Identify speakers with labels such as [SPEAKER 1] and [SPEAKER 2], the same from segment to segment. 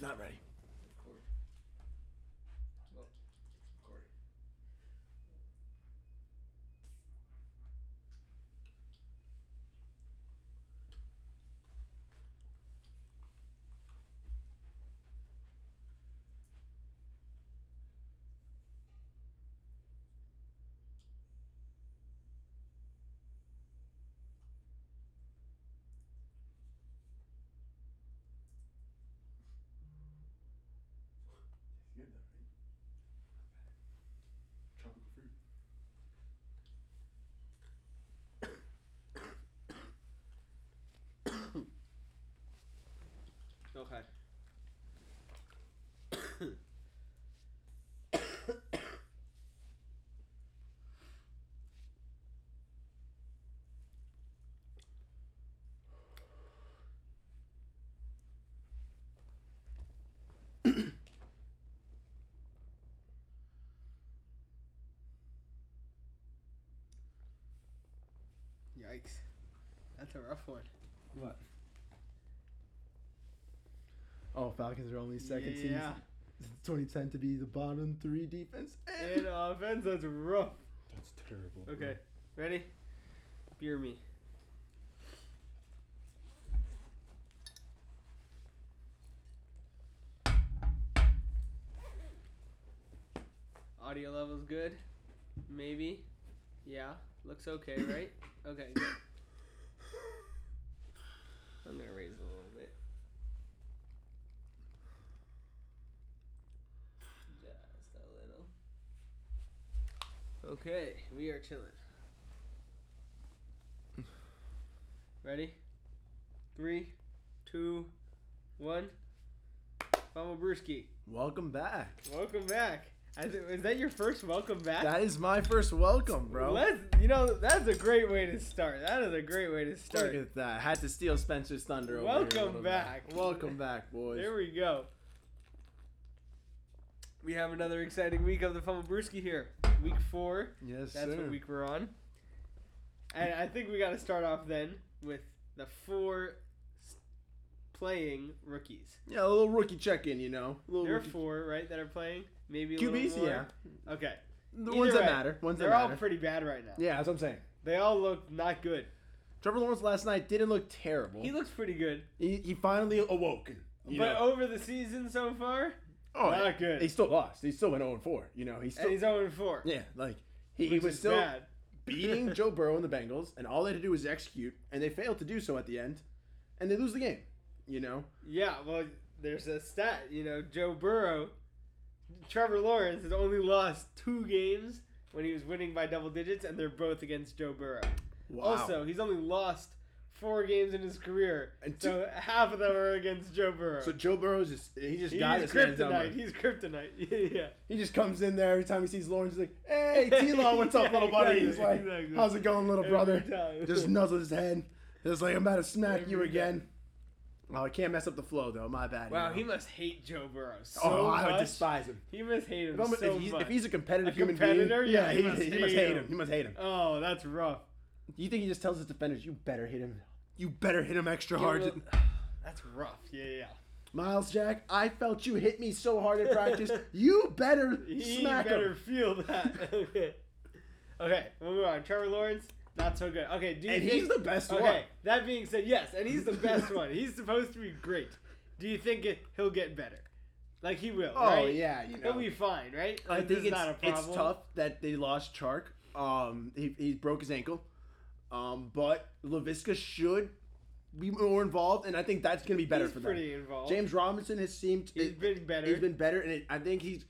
[SPEAKER 1] not ready.
[SPEAKER 2] Corey. Oh, Corey. It's good though, right? Tropical fruit.
[SPEAKER 1] Okay.
[SPEAKER 3] Yikes. That's a rough one.
[SPEAKER 1] What? Oh, Falcons are only second
[SPEAKER 3] yeah.
[SPEAKER 1] seed since 2010 to be the bottom three defense.
[SPEAKER 3] In offense, uh, that's rough.
[SPEAKER 2] That's terrible.
[SPEAKER 3] Okay. Ready? Beer me. Audio level's good? Maybe? Yeah. Looks okay, right? Okay. good. I'm gonna raise a little bit. Just a little. Okay, we are chilling. Ready? Three, two, one. Mama Brewski,
[SPEAKER 1] Welcome back.
[SPEAKER 3] welcome back. I thi- Is that your first welcome back?
[SPEAKER 1] That is my first welcome, bro.
[SPEAKER 3] Let's, you know, that's a great way to start. That is a great way to
[SPEAKER 1] Look
[SPEAKER 3] start.
[SPEAKER 1] at that. Had to steal Spencer's thunder. over here a
[SPEAKER 3] Welcome
[SPEAKER 1] little bit.
[SPEAKER 3] back.
[SPEAKER 1] Welcome back, boys.
[SPEAKER 3] There we go. We have another exciting week of the Fumble Brewski here. Week four.
[SPEAKER 1] yes,
[SPEAKER 3] That's
[SPEAKER 1] sir.
[SPEAKER 3] what week we're on. And I think we got to start off then with the four s- playing rookies.
[SPEAKER 1] Yeah, a little rookie check-in, you know. A little
[SPEAKER 3] There are
[SPEAKER 1] rookie-
[SPEAKER 3] four, right, that are playing. Maybe a
[SPEAKER 1] QBs,
[SPEAKER 3] little more.
[SPEAKER 1] yeah.
[SPEAKER 3] Okay.
[SPEAKER 1] The
[SPEAKER 3] Either
[SPEAKER 1] ones that
[SPEAKER 3] way,
[SPEAKER 1] matter. Ones
[SPEAKER 3] They're
[SPEAKER 1] that
[SPEAKER 3] all
[SPEAKER 1] matter.
[SPEAKER 3] pretty bad right now.
[SPEAKER 1] yeah, that's what I'm saying.
[SPEAKER 3] They all look not good.
[SPEAKER 1] Trevor Lawrence last night didn't look terrible.
[SPEAKER 3] He looks pretty good,
[SPEAKER 1] He, he finally awoken. you
[SPEAKER 3] but
[SPEAKER 1] know.
[SPEAKER 3] over the season so far,
[SPEAKER 1] Oh,
[SPEAKER 3] Not
[SPEAKER 1] yeah.
[SPEAKER 3] good.
[SPEAKER 1] He still lost. He still went 0 4. You know, he still.
[SPEAKER 3] and he's 0 4.
[SPEAKER 1] yeah, like, he, he
[SPEAKER 3] which
[SPEAKER 1] was
[SPEAKER 3] is
[SPEAKER 1] still
[SPEAKER 3] bad.
[SPEAKER 1] beating Joe Burrow and the Bengals, and all they had to do was execute, and they failed to do so at the end, and they lose the game. You know?
[SPEAKER 3] Yeah, well, there's a stat. You know, Joe Burrow, Trevor Lawrence has only lost two games when he was winning by double digits, and they're both against Joe Burrow.
[SPEAKER 1] Wow.
[SPEAKER 3] Also, he's only lost four games in his career,
[SPEAKER 1] And
[SPEAKER 3] so half of them are against Joe Burrow.
[SPEAKER 1] so Joe Burrow's just, he just
[SPEAKER 3] he's
[SPEAKER 1] got his hands on
[SPEAKER 3] kryptonite.
[SPEAKER 1] him.
[SPEAKER 3] He's kryptonite. yeah.
[SPEAKER 1] He just comes in there every time he sees Lawrence, he's like, hey, T Law, what's up,
[SPEAKER 3] Yeah,
[SPEAKER 1] little buddy? He's
[SPEAKER 3] exactly,
[SPEAKER 1] like,
[SPEAKER 3] exactly.
[SPEAKER 1] how's it going, little
[SPEAKER 3] Every
[SPEAKER 1] brother?
[SPEAKER 3] time.
[SPEAKER 1] Just nuzzles his head. It's like, I'm about to smack
[SPEAKER 3] Every
[SPEAKER 1] you
[SPEAKER 3] time.
[SPEAKER 1] again. Oh, I can't mess up the flow, though. My bad. you
[SPEAKER 3] Wow,
[SPEAKER 1] know.
[SPEAKER 3] he must hate Joe Burrow so
[SPEAKER 1] Oh,
[SPEAKER 3] much.
[SPEAKER 1] I would despise him.
[SPEAKER 3] He must hate
[SPEAKER 1] If,
[SPEAKER 3] him
[SPEAKER 1] I'm-
[SPEAKER 3] so
[SPEAKER 1] if, he's,
[SPEAKER 3] much.
[SPEAKER 1] if he's a competitive
[SPEAKER 3] A
[SPEAKER 1] human
[SPEAKER 3] competitor?
[SPEAKER 1] being,
[SPEAKER 3] Yeah,
[SPEAKER 1] yeah,
[SPEAKER 3] he
[SPEAKER 1] he,
[SPEAKER 3] must
[SPEAKER 1] he
[SPEAKER 3] hate
[SPEAKER 1] must hate him.
[SPEAKER 3] him.
[SPEAKER 1] He must hate him.
[SPEAKER 3] oh, that's rough.
[SPEAKER 1] Do you think he just tells his defenders, "You better hit him. You better hit him extra hard."
[SPEAKER 3] Give him That's rough. Yeah, yeah. yeah.
[SPEAKER 1] Miles Jack, I felt you hit me so hard at practice. you better
[SPEAKER 3] He
[SPEAKER 1] smack
[SPEAKER 3] better
[SPEAKER 1] him.
[SPEAKER 3] feel that. okay, okay, we'll move on. Trevor Lawrence, not so good. Okay, do you
[SPEAKER 1] And
[SPEAKER 3] think,
[SPEAKER 1] he's the best
[SPEAKER 3] okay,
[SPEAKER 1] one.
[SPEAKER 3] that being said, yes, and he's the best one. He's supposed to be great. Do you think it, he'll get better? Like he will.
[SPEAKER 1] Oh
[SPEAKER 3] right?
[SPEAKER 1] yeah, you know.
[SPEAKER 3] he'll be fine, right?
[SPEAKER 1] I
[SPEAKER 3] Like, this
[SPEAKER 1] think
[SPEAKER 3] is
[SPEAKER 1] it's,
[SPEAKER 3] not a
[SPEAKER 1] it's
[SPEAKER 3] problem.
[SPEAKER 1] tough that they lost Chark. Um, he, he broke his ankle. Um, but Lavisca should be more involved, and I think that's going to be better
[SPEAKER 3] He's
[SPEAKER 1] for them.
[SPEAKER 3] pretty involved.
[SPEAKER 1] James Robinson has seemed
[SPEAKER 3] He's
[SPEAKER 1] it-
[SPEAKER 3] been better.
[SPEAKER 1] He's been better, and it, I think he's.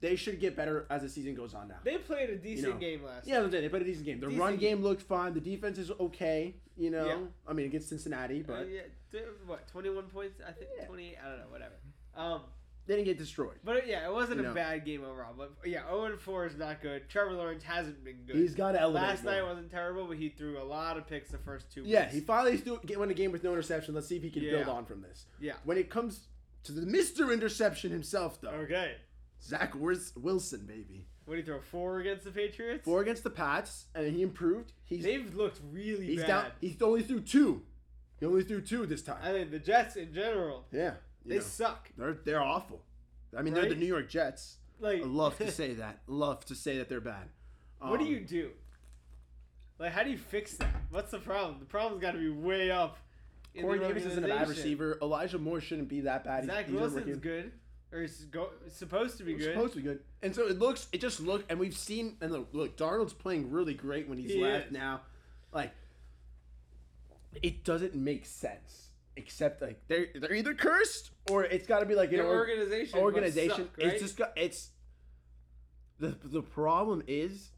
[SPEAKER 1] They should get better as the season goes on now.
[SPEAKER 3] they played a decent
[SPEAKER 1] know.
[SPEAKER 3] game last.
[SPEAKER 1] yeah, I'm saying they played a decent game. The
[SPEAKER 3] Decent
[SPEAKER 1] run game,
[SPEAKER 3] game.
[SPEAKER 1] looked fine. The defense is okay. You know,
[SPEAKER 3] Yeah.
[SPEAKER 1] I mean against Cincinnati,
[SPEAKER 3] night.
[SPEAKER 1] but
[SPEAKER 3] Uh, yeah, th- what twenty one points? I think
[SPEAKER 1] Yeah.
[SPEAKER 3] twenty. I don't know. Whatever. Um,
[SPEAKER 1] they didn't get destroyed.
[SPEAKER 3] but it- yeah, it wasn't
[SPEAKER 1] You
[SPEAKER 3] a
[SPEAKER 1] know.
[SPEAKER 3] bad game overall. But yeah, zero and four is not good. Trevor Lawrence hasn't been good.
[SPEAKER 1] He's got to elevate.
[SPEAKER 3] Last
[SPEAKER 1] more.
[SPEAKER 3] night wasn't terrible, but he threw a lot of picks the first two.
[SPEAKER 1] yeah,
[SPEAKER 3] weeks.
[SPEAKER 1] he finally still get won a game with no interception. Let's see if he can build
[SPEAKER 3] Yeah.
[SPEAKER 1] on from this.
[SPEAKER 3] yeah.
[SPEAKER 1] When it comes to the Mister Interception himself, though,
[SPEAKER 3] Okay.
[SPEAKER 1] Zach Wils- Wilson, baby,
[SPEAKER 3] What do you throw four against the Patriots?
[SPEAKER 1] four against the Pats, and he improved. He's
[SPEAKER 3] They've looked really
[SPEAKER 1] he's
[SPEAKER 3] bad.
[SPEAKER 1] down. He only threw two. He only threw two this time.
[SPEAKER 3] I think the Jets in general.
[SPEAKER 1] yeah, you
[SPEAKER 3] They
[SPEAKER 1] know,
[SPEAKER 3] suck.
[SPEAKER 1] they're they're awful. I mean, they're the
[SPEAKER 3] Right?
[SPEAKER 1] New York Jets.
[SPEAKER 3] Like
[SPEAKER 1] I love to say that. Love to say that they're bad.
[SPEAKER 3] What do
[SPEAKER 1] Um,
[SPEAKER 3] you do? Like, how do you fix that? What's the problem? The problem's got to be way up. in
[SPEAKER 1] Corey
[SPEAKER 3] the
[SPEAKER 1] Davis isn't a bad
[SPEAKER 3] organization.
[SPEAKER 1] receiver. Elijah Moore shouldn't be that bad. He's-
[SPEAKER 3] Zach
[SPEAKER 1] he's a
[SPEAKER 3] Wilson's
[SPEAKER 1] rookie.
[SPEAKER 3] good, or is go, supposed to be
[SPEAKER 1] He's
[SPEAKER 3] good.
[SPEAKER 1] supposed to be good. And so it looks, it just looked, and we've seen, and look, look Darnold's playing really great when he's
[SPEAKER 3] He
[SPEAKER 1] left
[SPEAKER 3] is.
[SPEAKER 1] now. Like, it doesn't make sense. Except like they're they're either cursed or it's got to be like an
[SPEAKER 3] Their
[SPEAKER 1] org-
[SPEAKER 3] organization.
[SPEAKER 1] organization.
[SPEAKER 3] Must suck, right?
[SPEAKER 1] It's just got it's the the problem is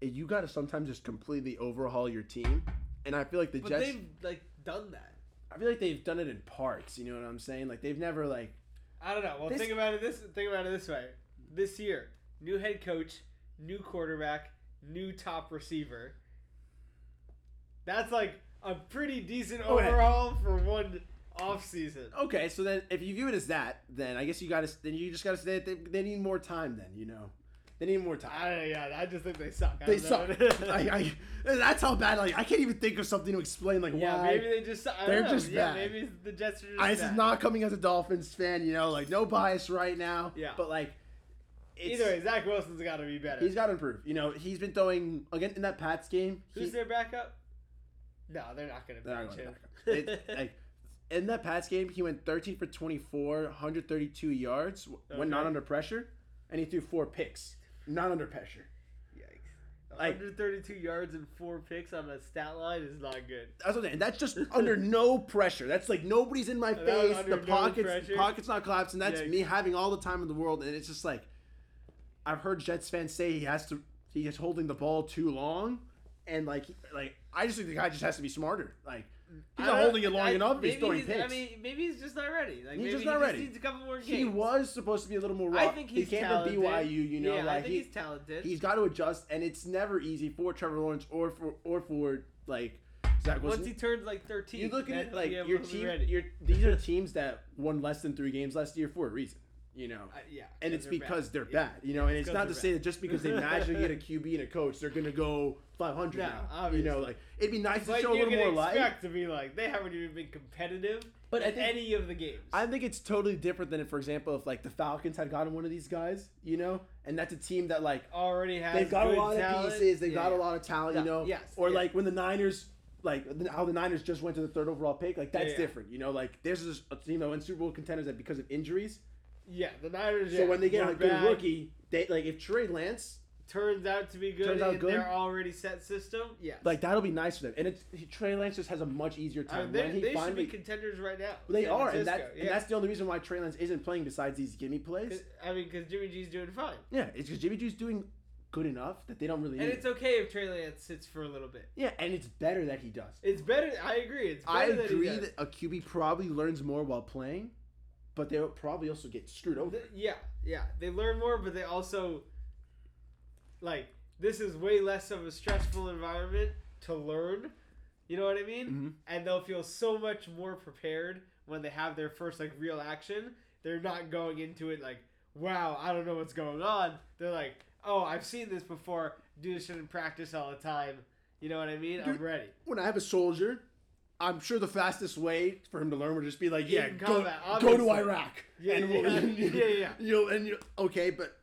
[SPEAKER 1] you got to sometimes just completely overhaul your team. And I feel like the
[SPEAKER 3] But
[SPEAKER 1] Jets.
[SPEAKER 3] they've like done that.
[SPEAKER 1] I feel like they've done it in parts. You know what I'm saying? Like they've never like
[SPEAKER 3] I don't know. Well,
[SPEAKER 1] This-
[SPEAKER 3] think about it this think about it this way. This year, new head coach, new quarterback, new top receiver. That's like a pretty decent
[SPEAKER 1] Okay.
[SPEAKER 3] overhaul for one offseason.
[SPEAKER 1] okay. So then, if you view it as that, then I guess you got to then you just got to say that they, they need more time. Then you know they need more time.
[SPEAKER 3] I don't know, yeah, I just think they suck. I
[SPEAKER 1] They
[SPEAKER 3] don't
[SPEAKER 1] suck.
[SPEAKER 3] know.
[SPEAKER 1] I, I, that's how bad. Like I can't even think of something to explain. Like
[SPEAKER 3] yeah,
[SPEAKER 1] why
[SPEAKER 3] maybe they just suck. I don't
[SPEAKER 1] They're
[SPEAKER 3] know.
[SPEAKER 1] just
[SPEAKER 3] yeah,
[SPEAKER 1] bad.
[SPEAKER 3] maybe the Jets are just
[SPEAKER 1] I, this
[SPEAKER 3] bad.
[SPEAKER 1] is not coming as a Dolphins fan. You know, like no bias right now.
[SPEAKER 3] Yeah.
[SPEAKER 1] but like it's,
[SPEAKER 3] Either way, Zach Wilson's got to be better.
[SPEAKER 1] he's got to improve. You know, he's been throwing again in that Pats game.
[SPEAKER 3] Who's
[SPEAKER 1] he-
[SPEAKER 3] their backup? No, they're not going to
[SPEAKER 1] They're not
[SPEAKER 3] bench
[SPEAKER 1] going
[SPEAKER 3] him.
[SPEAKER 1] back up. It- like, in that Pats game, he went 13 for 24, 132 yards w- when not
[SPEAKER 3] Okay.
[SPEAKER 1] under pressure, and he threw four picks, not under pressure.
[SPEAKER 3] Yikes.
[SPEAKER 1] Like-
[SPEAKER 3] 132 yards and four picks on a stat line is not good.
[SPEAKER 1] That's what I'm saying. That's just under no pressure. That's like nobody's in my
[SPEAKER 3] That was
[SPEAKER 1] face.
[SPEAKER 3] under
[SPEAKER 1] The
[SPEAKER 3] no
[SPEAKER 1] pockets,
[SPEAKER 3] pressure?
[SPEAKER 1] pockets not collapsing. That's
[SPEAKER 3] Yikes.
[SPEAKER 1] me having all the time in the world, and it's just like I've heard Jets fans say he has to. He is holding the ball too long, and like, like I just think the guy just has to be smarter. Like he's
[SPEAKER 3] I
[SPEAKER 1] not
[SPEAKER 3] don't-
[SPEAKER 1] holding it long
[SPEAKER 3] I-
[SPEAKER 1] enough.
[SPEAKER 3] Maybe
[SPEAKER 1] He's throwing
[SPEAKER 3] I
[SPEAKER 1] picks.
[SPEAKER 3] mean, maybe he's just not ready. Like,
[SPEAKER 1] He's
[SPEAKER 3] maybe
[SPEAKER 1] just
[SPEAKER 3] he
[SPEAKER 1] not
[SPEAKER 3] just
[SPEAKER 1] ready.
[SPEAKER 3] needs a couple more games.
[SPEAKER 1] He was supposed to be a little more raw.
[SPEAKER 3] I think he's
[SPEAKER 1] he came
[SPEAKER 3] talented.
[SPEAKER 1] from BYU, you know,
[SPEAKER 3] yeah, I
[SPEAKER 1] like
[SPEAKER 3] think
[SPEAKER 1] he,
[SPEAKER 3] he's talented.
[SPEAKER 1] he's got to adjust, and it's never easy for Trevor Lawrence or for or for like Zach
[SPEAKER 3] once he
[SPEAKER 1] Wilson.
[SPEAKER 3] turns like 13,
[SPEAKER 1] You look at it
[SPEAKER 3] then
[SPEAKER 1] like
[SPEAKER 3] he'll be
[SPEAKER 1] your
[SPEAKER 3] able to be
[SPEAKER 1] team.
[SPEAKER 3] ready.
[SPEAKER 1] Your, these are teams that won less than three games last year for a reason, you know.
[SPEAKER 3] Uh, yeah,
[SPEAKER 1] And it's
[SPEAKER 3] they're bad.
[SPEAKER 1] because they're
[SPEAKER 3] Yeah.
[SPEAKER 1] bad, you know. And it's
[SPEAKER 3] It's 'cause
[SPEAKER 1] not to
[SPEAKER 3] they're
[SPEAKER 1] say
[SPEAKER 3] bad.
[SPEAKER 1] that just because they magically get a QB and a coach, they're gonna go 500
[SPEAKER 3] No,
[SPEAKER 1] now. You know,
[SPEAKER 3] obviously.
[SPEAKER 1] like it'd be nice to
[SPEAKER 3] But
[SPEAKER 1] show a
[SPEAKER 3] you're
[SPEAKER 1] little more
[SPEAKER 3] gonna
[SPEAKER 1] light.
[SPEAKER 3] expect to be like they haven't even been competitive.
[SPEAKER 1] But
[SPEAKER 3] But
[SPEAKER 1] I
[SPEAKER 3] at
[SPEAKER 1] think-
[SPEAKER 3] any of the games,
[SPEAKER 1] I think it's totally different than, if, for example, if like the Falcons had gotten one of these guys, you know, and that's a team that like
[SPEAKER 3] already has.
[SPEAKER 1] they've got a
[SPEAKER 3] good
[SPEAKER 1] lot
[SPEAKER 3] talent.
[SPEAKER 1] of pieces, they've
[SPEAKER 3] Yeah,
[SPEAKER 1] got a
[SPEAKER 3] yeah.
[SPEAKER 1] lot of talent, you
[SPEAKER 3] Yeah,
[SPEAKER 1] know.
[SPEAKER 3] yes,
[SPEAKER 1] Or
[SPEAKER 3] yeah.
[SPEAKER 1] like when the Niners, like how the Niners just went to the third overall pick, like that's
[SPEAKER 3] yeah.
[SPEAKER 1] different, you know. Like there's this, uh, a team that went Super Bowl contenders that because of injuries,
[SPEAKER 3] Yeah, the Niners.
[SPEAKER 1] so
[SPEAKER 3] yeah,
[SPEAKER 1] when they get
[SPEAKER 3] were
[SPEAKER 1] a good
[SPEAKER 3] bad.
[SPEAKER 1] rookie, they like if Trey Lance,
[SPEAKER 3] turns out to be good,
[SPEAKER 1] Turns out
[SPEAKER 3] in
[SPEAKER 1] good?
[SPEAKER 3] their already set system. Yeah,
[SPEAKER 1] like that'll be nice for them, and it's he- Trey Lance just has a much easier
[SPEAKER 3] I
[SPEAKER 1] time.
[SPEAKER 3] mean,
[SPEAKER 1] when
[SPEAKER 3] Uh, they,
[SPEAKER 1] he
[SPEAKER 3] they should
[SPEAKER 1] finally,
[SPEAKER 3] be contenders right now.
[SPEAKER 1] they
[SPEAKER 3] San
[SPEAKER 1] are, and,
[SPEAKER 3] Francisco,
[SPEAKER 1] that,
[SPEAKER 3] yeah.
[SPEAKER 1] and that's the only reason why Trey Lance isn't playing besides these gimme plays.
[SPEAKER 3] 'Cause- I mean, because Jimmy G's doing fine,
[SPEAKER 1] Yeah, it's because Jimmy G's doing good enough that they don't really
[SPEAKER 3] and
[SPEAKER 1] need.
[SPEAKER 3] it's
[SPEAKER 1] him.
[SPEAKER 3] okay if Trey Lance sits for a little bit.
[SPEAKER 1] yeah, and it's better that he does.
[SPEAKER 3] It's better. I agree. It's better
[SPEAKER 1] I
[SPEAKER 3] that he
[SPEAKER 1] agree
[SPEAKER 3] does.
[SPEAKER 1] that a QB probably learns more while playing, but they'll probably also get screwed over.
[SPEAKER 3] Th- yeah, yeah. They learn more, but they also like this is way less of a stressful environment to learn. You know what I mean?
[SPEAKER 1] Mhm.
[SPEAKER 3] And they'll feel so much more prepared when they have their first like real action. They're not going into it like, "Wow, I don't know what's going on." They're like, "Oh, I've seen this before. Do this shit in practice all the time." You know what I mean? I'm
[SPEAKER 1] Dude,
[SPEAKER 3] ready.
[SPEAKER 1] When I have a soldier, I'm sure the fastest way for him to learn would just be like,
[SPEAKER 3] In
[SPEAKER 1] yeah, go,
[SPEAKER 3] combat,
[SPEAKER 1] go to
[SPEAKER 3] obviously.
[SPEAKER 1] Iraq.
[SPEAKER 3] Yeah,
[SPEAKER 1] and
[SPEAKER 3] yeah, yeah, yeah.
[SPEAKER 1] You know, and you okay, but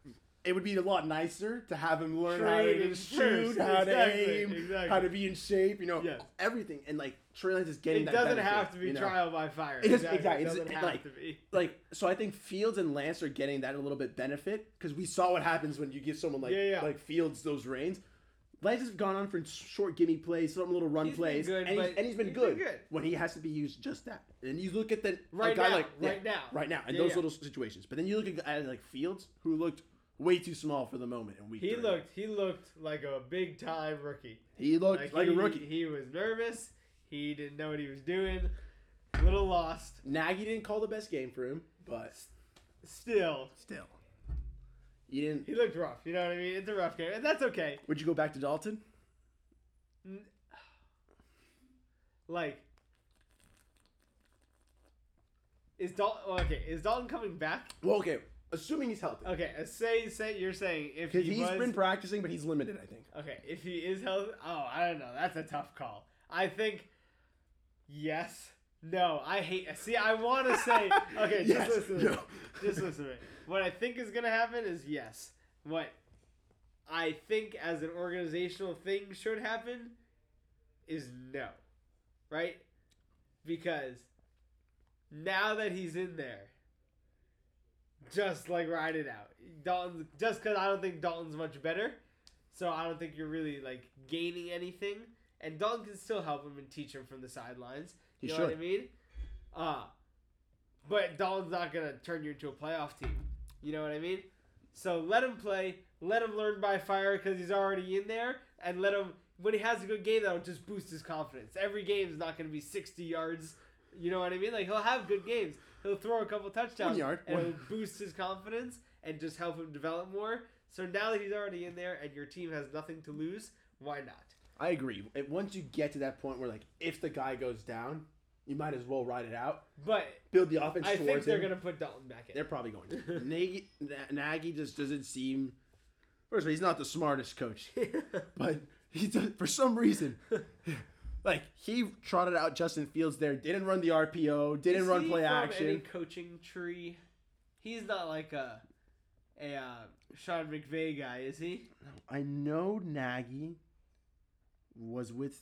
[SPEAKER 1] it would be a lot nicer to have him learn how
[SPEAKER 3] Training
[SPEAKER 1] to shoot,
[SPEAKER 3] first,
[SPEAKER 1] how to
[SPEAKER 3] exactly,
[SPEAKER 1] aim,
[SPEAKER 3] exactly.
[SPEAKER 1] how to be in shape. You know,
[SPEAKER 3] Yeah.
[SPEAKER 1] everything. And like Trey Lance is getting
[SPEAKER 3] It
[SPEAKER 1] that
[SPEAKER 3] doesn't
[SPEAKER 1] benefit,
[SPEAKER 3] have to be
[SPEAKER 1] you know?
[SPEAKER 3] trial by fire.
[SPEAKER 1] It doesn't- exactly,
[SPEAKER 3] It
[SPEAKER 1] it's-
[SPEAKER 3] doesn't
[SPEAKER 1] it,
[SPEAKER 3] have
[SPEAKER 1] like-
[SPEAKER 3] to be.
[SPEAKER 1] like so I think Fields and Lance are getting that a little bit benefit because we saw what happens when you give someone like
[SPEAKER 3] Yeah, yeah.
[SPEAKER 1] like Fields those reins. Lance has gone on for short gimme plays, some little run
[SPEAKER 3] He's been
[SPEAKER 1] plays,
[SPEAKER 3] good,
[SPEAKER 1] and, he's,
[SPEAKER 3] but
[SPEAKER 1] and he's been
[SPEAKER 3] he's been
[SPEAKER 1] good
[SPEAKER 3] good.
[SPEAKER 1] when he has to be used just that. And you look at the a
[SPEAKER 3] Right
[SPEAKER 1] guy
[SPEAKER 3] now,
[SPEAKER 1] like yeah,
[SPEAKER 3] right now.
[SPEAKER 1] right now, in
[SPEAKER 3] Yeah,
[SPEAKER 1] those
[SPEAKER 3] yeah.
[SPEAKER 1] little situations. But then you look at guys like Fields who looked way too small for the moment in week.
[SPEAKER 3] He
[SPEAKER 1] three.
[SPEAKER 3] looked he looked like a big time rookie.
[SPEAKER 1] he looked like, a
[SPEAKER 3] he-
[SPEAKER 1] rookie.
[SPEAKER 3] He was nervous. He didn't know what he was doing. A little lost.
[SPEAKER 1] Nagy didn't call the best game for him, but
[SPEAKER 3] Still,
[SPEAKER 1] still, you didn't.
[SPEAKER 3] he looked rough. You know what I mean? It's a rough game, and that's okay.
[SPEAKER 1] Would you go back to Dalton?
[SPEAKER 3] Like, is Dalton okay? Is Dalton coming back?
[SPEAKER 1] Well, okay, assuming he's healthy.
[SPEAKER 3] Okay, uh, say say you're saying if he
[SPEAKER 1] Because he's
[SPEAKER 3] was
[SPEAKER 1] been practicing, but he's limited, I think.
[SPEAKER 3] okay if he is healthy. Oh, I don't know. That's a tough call. I think yes, No, I hate. See, I want to say. Okay,
[SPEAKER 1] Yes.
[SPEAKER 3] just listen. To me.
[SPEAKER 1] No.
[SPEAKER 3] Just listen to me. What I think is gonna happen is yes. What I think as an organizational thing should happen is no, right? Because now that he's in there, just like ride it out. Dalton's just because I don't think Dalton's much better, so I don't think you're really like gaining anything. And Dalton can still help him and teach him from the sidelines.
[SPEAKER 1] He
[SPEAKER 3] you know
[SPEAKER 1] should.
[SPEAKER 3] what I mean? Uh, but Dalton's not gonna turn you into a playoff team. You know what I mean? So let him play, let him learn by fire because he's already in there, and let him when he has a good game that'll just boost his confidence. Every game's not gonna be sixty yards. You know what I mean? Like he'll have good games. He'll throw a couple touchdowns.
[SPEAKER 1] One yard.
[SPEAKER 3] And
[SPEAKER 1] One-
[SPEAKER 3] it'll boost his confidence and just help him develop more. So now that he's already in there and your team has nothing to lose, why not?
[SPEAKER 1] I agree. It, once you get to that point where, like, if the guy goes down, you might as well ride it out,
[SPEAKER 3] But
[SPEAKER 1] build the offense
[SPEAKER 3] I
[SPEAKER 1] towards
[SPEAKER 3] think they're
[SPEAKER 1] him.
[SPEAKER 3] gonna put Dalton back in.
[SPEAKER 1] They're probably going to. Nagy, Na- Nagy just doesn't seem. First of all, he's not the smartest coach, but he does, for some reason, like he trotted out Justin Fields there, didn't run the RPO, didn't
[SPEAKER 3] Is
[SPEAKER 1] run
[SPEAKER 3] he
[SPEAKER 1] play
[SPEAKER 3] from
[SPEAKER 1] action.
[SPEAKER 3] Any coaching tree? He's not like a a uh, Sean McVay guy, is he?
[SPEAKER 1] I know Nagy was with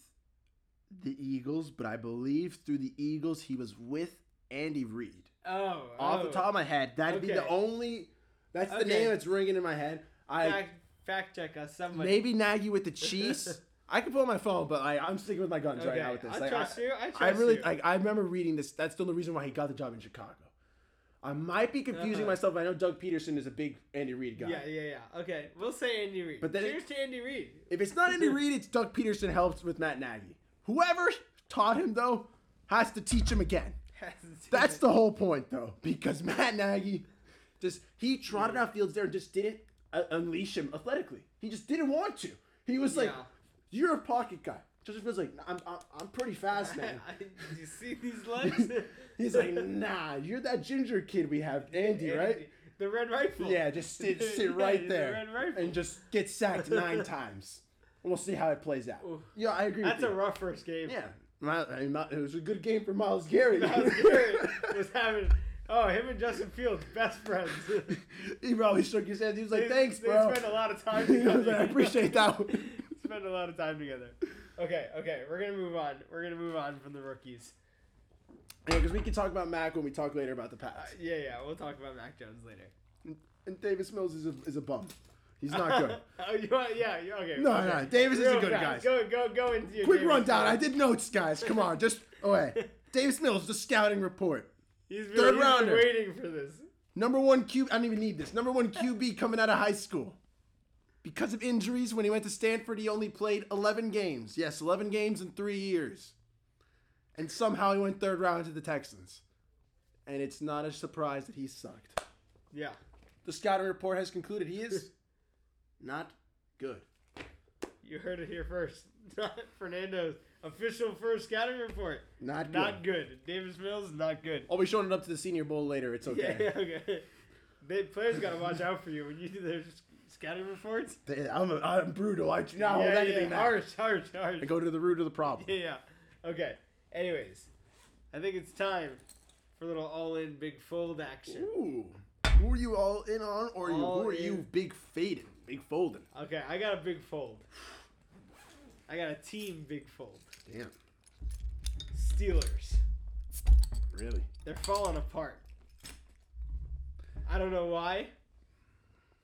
[SPEAKER 1] the Eagles, but I believe through the Eagles he was with Andy Reid.
[SPEAKER 3] Oh,
[SPEAKER 1] Off
[SPEAKER 3] oh.
[SPEAKER 1] the top of my head, that'd be the
[SPEAKER 3] Okay.
[SPEAKER 1] only. That's the
[SPEAKER 3] Okay.
[SPEAKER 1] name that's ringing in my head. I
[SPEAKER 3] fact, fact check us. Somebody
[SPEAKER 1] Maybe Nagy with the Chiefs. I could pull my phone, but I, I'm sticking with my guns right
[SPEAKER 3] Okay,
[SPEAKER 1] now with this.
[SPEAKER 3] I
[SPEAKER 1] Like,
[SPEAKER 3] trust
[SPEAKER 1] I,
[SPEAKER 3] you. I trust
[SPEAKER 1] I really,
[SPEAKER 3] you.
[SPEAKER 1] like, I remember reading this. That's still the reason why he got the job in Chicago. I might be confusing
[SPEAKER 3] Uh-huh.
[SPEAKER 1] myself. But I know Doug Peterson is a big Andy Reid guy.
[SPEAKER 3] yeah, yeah, yeah. Okay, we'll say Andy Reid.
[SPEAKER 1] But then it-
[SPEAKER 3] Cheers to Andy Reid.
[SPEAKER 1] If it's not Andy Reid, it's Doug Peterson helps with Matt Nagy. Whoever taught him though has to teach him again. That's the whole point though, because Matt Nagy just he trotted out Fields there and just didn't uh, unleash him athletically. He just didn't want to. He was like,
[SPEAKER 3] Yeah.
[SPEAKER 1] "You're a pocket guy." Justin Fields like, "I'm I'm, I'm pretty fast, man."
[SPEAKER 3] I, do you see these legs?
[SPEAKER 1] He's like, "Nah, you're that ginger kid we have, Andy, right?"
[SPEAKER 3] The red rifle.
[SPEAKER 1] Yeah, just sit
[SPEAKER 3] Yeah,
[SPEAKER 1] sit right
[SPEAKER 3] the
[SPEAKER 1] there
[SPEAKER 3] red rifle.
[SPEAKER 1] and just get sacked nine times. We'll see how it plays out.
[SPEAKER 3] Oof.
[SPEAKER 1] Yeah, I agree.
[SPEAKER 3] That's
[SPEAKER 1] with
[SPEAKER 3] a
[SPEAKER 1] you.
[SPEAKER 3] rough first game.
[SPEAKER 1] Yeah, My- I mean, my- it was a good game for Miles Garrett.
[SPEAKER 3] Miles Garrett was having. Oh, him and Justin Fields, best friends.
[SPEAKER 1] he probably shook his hand. He was like,
[SPEAKER 3] They-
[SPEAKER 1] "Thanks,
[SPEAKER 3] they
[SPEAKER 1] bro."
[SPEAKER 3] spend a lot of time
[SPEAKER 1] He was
[SPEAKER 3] together.
[SPEAKER 1] like, "I appreciate that." one."
[SPEAKER 3] spend a lot of time together. Okay, okay, we're gonna move on. We're gonna move on from the rookies.
[SPEAKER 1] Yeah, because we can talk about Mac when we talk later about the
[SPEAKER 3] Uh,
[SPEAKER 1] pass.
[SPEAKER 3] yeah, yeah, we'll talk about Mac Jones later.
[SPEAKER 1] And Davis Mills is a, is a bump. He's not good.
[SPEAKER 3] oh, you want, yeah, you, okay.
[SPEAKER 1] No,
[SPEAKER 3] okay.
[SPEAKER 1] no, Davis is a
[SPEAKER 3] Real
[SPEAKER 1] good
[SPEAKER 3] fast,
[SPEAKER 1] guy.
[SPEAKER 3] Go, go, go into your
[SPEAKER 1] Quick
[SPEAKER 3] Davis
[SPEAKER 1] rundown.
[SPEAKER 3] guy.
[SPEAKER 1] I did notes, guys. Come on, just away. Davis Mills, the scouting report.
[SPEAKER 3] He's
[SPEAKER 1] Third
[SPEAKER 3] been, he's been
[SPEAKER 1] rounder.
[SPEAKER 3] waiting for this.
[SPEAKER 1] Number one QB. I don't even need this. Number one QB coming out of high school. Because of injuries, when he went to Stanford, he only played 11 games. Yes, 11 games in three years. And somehow he went third round to the Texans. And it's not a surprise that he sucked.
[SPEAKER 3] Yeah.
[SPEAKER 1] The scouting report has concluded he is not good.
[SPEAKER 3] You heard it here first. Fernando's official first scouting report.
[SPEAKER 1] Not good.
[SPEAKER 3] Not good. Davis Mills, not good.
[SPEAKER 1] I'll be showing it up to the Senior Bowl later. It's okay.
[SPEAKER 3] Yeah, okay. They, players gotta watch out for you when you do their s- scouting reports.
[SPEAKER 1] They- I'm, I'm brutal. I do not hold
[SPEAKER 3] yeah,
[SPEAKER 1] anything
[SPEAKER 3] yeah.
[SPEAKER 1] back.
[SPEAKER 3] Harsh, harsh, harsh.
[SPEAKER 1] I go to the root of the problem.
[SPEAKER 3] Yeah, yeah. Okay. Anyways, I think it's time for a little all-in big fold action.
[SPEAKER 1] Ooh. Who are you all in on, or you,
[SPEAKER 3] All
[SPEAKER 1] who are
[SPEAKER 3] in.
[SPEAKER 1] you big fading, big folding?
[SPEAKER 3] Okay, I got a big fold. I got a team big fold.
[SPEAKER 1] Damn,
[SPEAKER 3] Steelers.
[SPEAKER 1] really?
[SPEAKER 3] They're falling apart. I don't know why,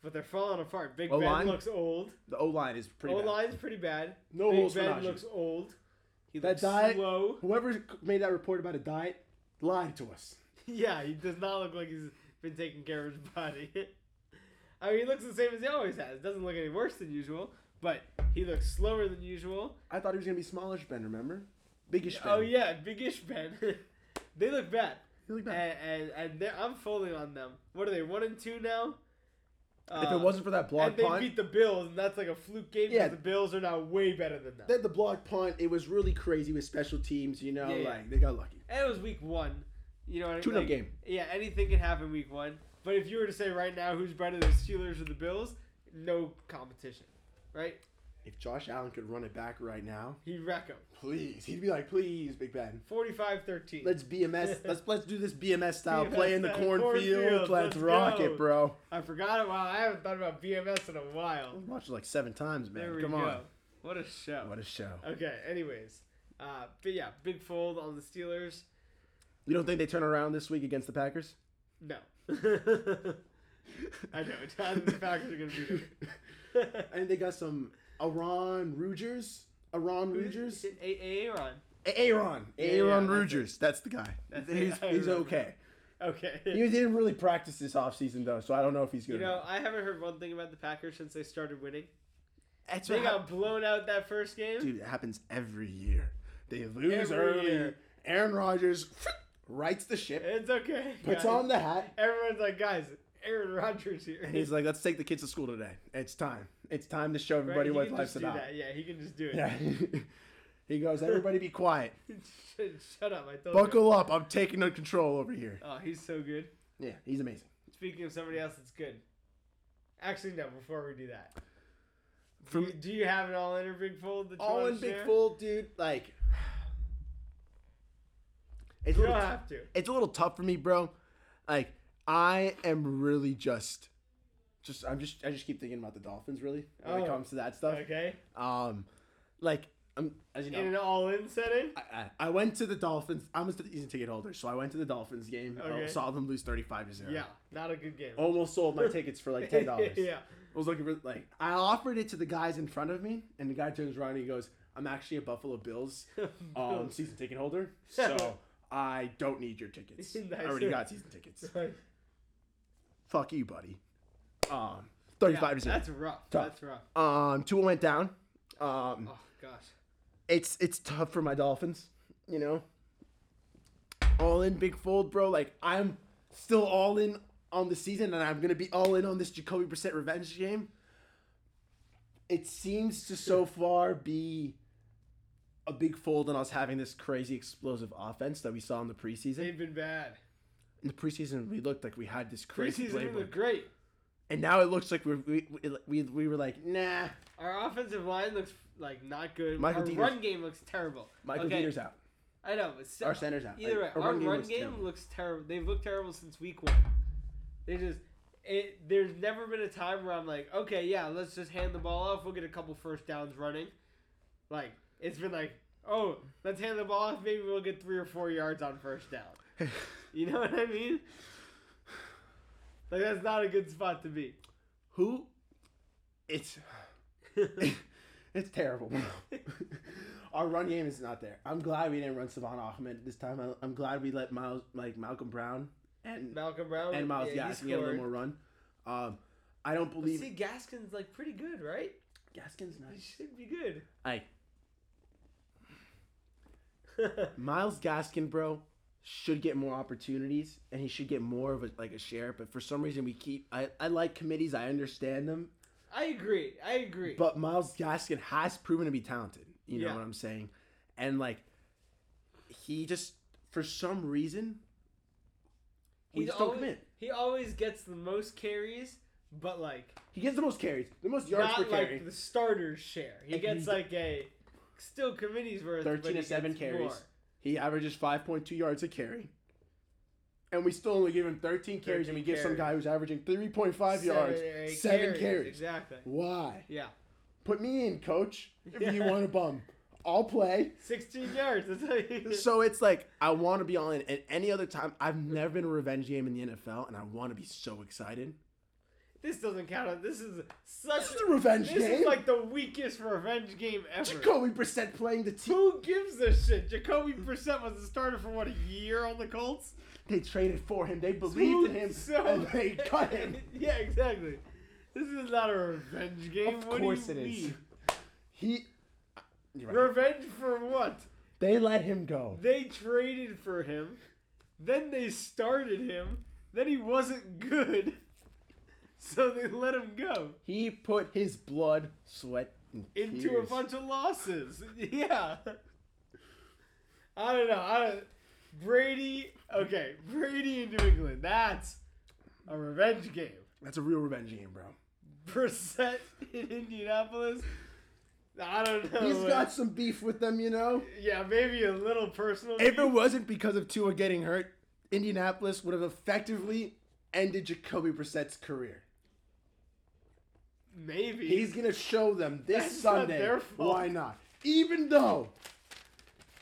[SPEAKER 3] but they're falling apart. Big
[SPEAKER 1] O-line?
[SPEAKER 3] Ben looks old.
[SPEAKER 1] The O line is pretty
[SPEAKER 3] O
[SPEAKER 1] bad.
[SPEAKER 3] line's pretty bad.
[SPEAKER 1] No
[SPEAKER 3] Big
[SPEAKER 1] holes for
[SPEAKER 3] Ben
[SPEAKER 1] Najee.
[SPEAKER 3] looks old. He
[SPEAKER 1] That
[SPEAKER 3] looks
[SPEAKER 1] diet-
[SPEAKER 3] slow.
[SPEAKER 1] Whoever c- made that report about a diet lied to us.
[SPEAKER 3] Yeah, he does not look like he's been taking care of his body. I mean, he looks the same as he always has. Doesn't look any worse than usual, but he looks slower than usual.
[SPEAKER 1] I thought he was gonna be smallish Ben. Remember, biggish Ben.
[SPEAKER 3] Oh yeah, bigish Ben. they look bad,
[SPEAKER 1] He looked
[SPEAKER 3] and
[SPEAKER 1] bad.
[SPEAKER 3] and, and they're- I'm folding on them. What are they? One and two now. Uh,
[SPEAKER 1] if it wasn't for that
[SPEAKER 3] and
[SPEAKER 1] block
[SPEAKER 3] they
[SPEAKER 1] punt,
[SPEAKER 3] beat the Bills, and that's like a fluke game.
[SPEAKER 1] Yeah.
[SPEAKER 3] because the Bills are now way better than them.
[SPEAKER 1] they had the block punt. It was really crazy with special teams. You know,
[SPEAKER 3] Yeah, yeah.
[SPEAKER 1] like they got lucky.
[SPEAKER 3] And it was week one. You know, what I mean?
[SPEAKER 1] Tune-up
[SPEAKER 3] Like,
[SPEAKER 1] game.
[SPEAKER 3] Yeah, anything can happen week one. But if you were to say right now who's better, the Steelers or the Bills, no competition, right?
[SPEAKER 1] if Josh Allen could run it back right now,
[SPEAKER 3] He'd wreck him.
[SPEAKER 1] please, he'd be like, please, Big Ben.
[SPEAKER 3] 45 13.
[SPEAKER 1] Let's BMS. Let's let's do this BMS style. play in the
[SPEAKER 3] BMS
[SPEAKER 1] cornfield.
[SPEAKER 3] cornfield,
[SPEAKER 1] Let's,
[SPEAKER 3] let's
[SPEAKER 1] rock
[SPEAKER 3] go.
[SPEAKER 1] it, bro.
[SPEAKER 3] I forgot it. Wow, I haven't thought about BMS in a while.
[SPEAKER 1] I've watched it like seven times, man.
[SPEAKER 3] There we
[SPEAKER 1] Come
[SPEAKER 3] go.
[SPEAKER 1] on.
[SPEAKER 3] What a show.
[SPEAKER 1] What a show.
[SPEAKER 3] okay, anyways. Uh, but yeah, big fold on the Steelers.
[SPEAKER 1] You don't think they turn around this week against the Packers?
[SPEAKER 3] No. I know. I think the Packers are going to beat them.
[SPEAKER 1] And they got some Aaron Rodgers. Aaron Rodgers.
[SPEAKER 3] A- A- Aaron.
[SPEAKER 1] Aaron.
[SPEAKER 3] Yeah, yeah,
[SPEAKER 1] Aaron
[SPEAKER 3] that's it.
[SPEAKER 1] Rodgers. That's the guy.
[SPEAKER 3] That's it.
[SPEAKER 1] he's
[SPEAKER 3] I
[SPEAKER 1] he's
[SPEAKER 3] remember.
[SPEAKER 1] okay.
[SPEAKER 3] Okay.
[SPEAKER 1] He didn't really practice this offseason though, so I don't know if he's good.
[SPEAKER 3] You
[SPEAKER 1] or
[SPEAKER 3] know,
[SPEAKER 1] not.
[SPEAKER 3] I haven't heard one thing about the Packers since they started winning.
[SPEAKER 1] That's
[SPEAKER 3] They
[SPEAKER 1] what hap-
[SPEAKER 3] got blown out that first game.
[SPEAKER 1] dude. It happens every year. They lose
[SPEAKER 3] Every
[SPEAKER 1] early.
[SPEAKER 3] year.
[SPEAKER 1] Aaron Rodgers writes the ship,
[SPEAKER 3] It's okay.
[SPEAKER 1] puts
[SPEAKER 3] guys.
[SPEAKER 1] on the hat,
[SPEAKER 3] Everyone's like, guys, Aaron Rodgers here.
[SPEAKER 1] and he's like, "Let's take the kids to school today. It's time. It's time to show
[SPEAKER 3] Right?
[SPEAKER 1] everybody
[SPEAKER 3] He
[SPEAKER 1] what
[SPEAKER 3] can
[SPEAKER 1] life's
[SPEAKER 3] just do
[SPEAKER 1] about."
[SPEAKER 3] that. Yeah, he can just do it.
[SPEAKER 1] Yeah. he goes, "Everybody, be quiet.
[SPEAKER 3] Shut up. I told you.
[SPEAKER 1] Buckle up. I'm taking the control over here."
[SPEAKER 3] Oh, he's so good.
[SPEAKER 1] Yeah, he's amazing.
[SPEAKER 3] Speaking of somebody else that's good. Actually, no, before we do that.
[SPEAKER 1] From
[SPEAKER 3] do you have an all in or big fold? That you
[SPEAKER 1] all
[SPEAKER 3] wanna
[SPEAKER 1] in big
[SPEAKER 3] share?
[SPEAKER 1] fold, dude. Like, it's a
[SPEAKER 3] You don't
[SPEAKER 1] little,
[SPEAKER 3] have to.
[SPEAKER 1] it's a little tough for me, bro. Like, I am really just, just I'm just I just keep thinking about the Dolphins really when
[SPEAKER 3] Oh.
[SPEAKER 1] it comes to that stuff.
[SPEAKER 3] Okay.
[SPEAKER 1] Um, like I'm as you
[SPEAKER 3] In
[SPEAKER 1] know. Uh,
[SPEAKER 3] an all in setting?
[SPEAKER 1] I, I- I went to the Dolphins. I'm a season ticket holder, so I went to the Dolphins game. I
[SPEAKER 3] Okay.
[SPEAKER 1] saw them lose 35 to zero.
[SPEAKER 3] Yeah. Not a good game.
[SPEAKER 1] almost sold my tickets for like ten dollars.
[SPEAKER 3] yeah.
[SPEAKER 1] I was looking for like I offered it to the guys in front of me, and the guy turns around and he goes, "I'm actually a Buffalo Bills um, season ticket holder, so I don't need your tickets. I already
[SPEAKER 3] Nice.
[SPEAKER 1] got season tickets.
[SPEAKER 3] Like,
[SPEAKER 1] Fuck you, buddy. Um, thirty-five to
[SPEAKER 3] yeah,
[SPEAKER 1] zero.
[SPEAKER 3] That's rough.
[SPEAKER 1] Tough.
[SPEAKER 3] That's rough.
[SPEAKER 1] Um, Tua went down. Um,
[SPEAKER 3] Oh gosh.
[SPEAKER 1] it's it's tough for my Dolphins, you know. All in big fold, bro. Like I'm still all in on the season, and I'm gonna be all in on this Jacoby Brissett revenge game. It seems to so far be a big fold on us having this crazy explosive offense that we saw in the preseason.
[SPEAKER 3] They've been bad.
[SPEAKER 1] In the preseason, we looked like we had this crazy
[SPEAKER 3] Preseason we looked
[SPEAKER 1] playbook,
[SPEAKER 3] great.
[SPEAKER 1] and now it looks like we're, we we we we were like, nah,
[SPEAKER 3] Our offensive line looks like not good.
[SPEAKER 1] Michael
[SPEAKER 3] our
[SPEAKER 1] Dieter's-
[SPEAKER 3] run game looks terrible.
[SPEAKER 1] Michael
[SPEAKER 3] Okay,
[SPEAKER 1] Dieter's out,
[SPEAKER 3] I know. But so,
[SPEAKER 1] our center's out.
[SPEAKER 3] either
[SPEAKER 1] Like,
[SPEAKER 3] way, our run,
[SPEAKER 1] looks
[SPEAKER 3] game
[SPEAKER 1] terrible.
[SPEAKER 3] looks terrible. They've looked terrible since week one. They just it. There's never been a time where I'm like, okay, yeah, let's just hand the ball off. We'll get a couple first downs running. Like it's been like, oh, let's hand the ball off. Maybe we'll get three or four yards on first down. You know what I mean? Like that's not a good spot to be.
[SPEAKER 1] Who? It's it's terrible. bro. Our run game is not there. I'm glad we didn't run Savan Ahmed this time. I, I'm glad we let Miles like Malcolm Brown and
[SPEAKER 3] Malcolm Brown
[SPEAKER 1] and Miles
[SPEAKER 3] yeah, he
[SPEAKER 1] Gaskin get a little
[SPEAKER 3] scored.
[SPEAKER 1] more run. Um, I don't
[SPEAKER 3] But
[SPEAKER 1] believe
[SPEAKER 3] see, Gaskin's like pretty good, right?
[SPEAKER 1] Gaskin's not.
[SPEAKER 3] He should be good.
[SPEAKER 1] I Miles Gaskin, bro, should get more opportunities and he should get more of a, like a share. But for some reason, we keep. I, I like committees. I understand them.
[SPEAKER 3] I agree. I agree.
[SPEAKER 1] But Miles Gaskin has proven to be talented. You know
[SPEAKER 3] Yeah.
[SPEAKER 1] what I'm saying? And like, he just for some reason, we
[SPEAKER 3] He's
[SPEAKER 1] just
[SPEAKER 3] always,
[SPEAKER 1] don't commit.
[SPEAKER 3] He always gets the most carries, but like
[SPEAKER 1] He gets the most carries, the most yards per
[SPEAKER 3] not
[SPEAKER 1] carry.
[SPEAKER 3] like the starter's share. He
[SPEAKER 1] And
[SPEAKER 3] gets
[SPEAKER 1] he's-
[SPEAKER 3] like a still committee's worth. but
[SPEAKER 1] 13
[SPEAKER 3] he
[SPEAKER 1] to 7
[SPEAKER 3] gets
[SPEAKER 1] carries.
[SPEAKER 3] more.
[SPEAKER 1] He averages 5.2 yards a carry. And we still only give him 13 carries, and we
[SPEAKER 3] 13
[SPEAKER 1] give some
[SPEAKER 3] carries.
[SPEAKER 1] guy who's averaging 3.5 yards
[SPEAKER 3] or eight
[SPEAKER 1] seven carries.
[SPEAKER 3] Exactly.
[SPEAKER 1] Why?
[SPEAKER 3] Yeah,
[SPEAKER 1] Put me in, coach. If you
[SPEAKER 3] Yeah.
[SPEAKER 1] want a bum, I'll play.
[SPEAKER 3] sixteen yards. That's how you.
[SPEAKER 1] So it's like I want to be all in. At any other time, I've never been a revenge game in the NFL, and I want to be so excited.
[SPEAKER 3] this doesn't count. On, this is such.
[SPEAKER 1] This is a revenge
[SPEAKER 3] This
[SPEAKER 1] game.
[SPEAKER 3] is like the weakest revenge game ever.
[SPEAKER 1] Jacoby Brissett playing the team.
[SPEAKER 3] Who gives a shit? Jacoby Brissett was the starter for what a year on the Colts.
[SPEAKER 1] They traded for him. They believed in him,
[SPEAKER 3] So-
[SPEAKER 1] and they cut him.
[SPEAKER 3] yeah, exactly. This is not a revenge game.
[SPEAKER 1] Of
[SPEAKER 3] what
[SPEAKER 1] course
[SPEAKER 3] do
[SPEAKER 1] it
[SPEAKER 3] you
[SPEAKER 1] is.
[SPEAKER 3] mean?
[SPEAKER 1] He. You're right.
[SPEAKER 3] Revenge for what?
[SPEAKER 1] They let him go.
[SPEAKER 3] They traded for him, then they started him, then he wasn't good, so they let him go
[SPEAKER 1] He put his blood, sweat, and
[SPEAKER 3] into
[SPEAKER 1] tears.
[SPEAKER 3] a bunch of losses. Yeah. I don't know. I don't, Brady. Okay, Brady in New England. That's a revenge game.
[SPEAKER 1] That's a real revenge game, bro.
[SPEAKER 3] Brissett in Indianapolis. I don't know.
[SPEAKER 1] He's
[SPEAKER 3] man.
[SPEAKER 1] got some beef with them, you know.
[SPEAKER 3] yeah, maybe a little personal.
[SPEAKER 1] If it
[SPEAKER 3] beef.
[SPEAKER 1] wasn't because of Tua getting hurt, Indianapolis would have effectively ended Jacoby Brissett's career.
[SPEAKER 3] maybe
[SPEAKER 1] He's gonna show them this
[SPEAKER 3] That's not
[SPEAKER 1] Sunday.
[SPEAKER 3] their fault.
[SPEAKER 1] Why not? Even though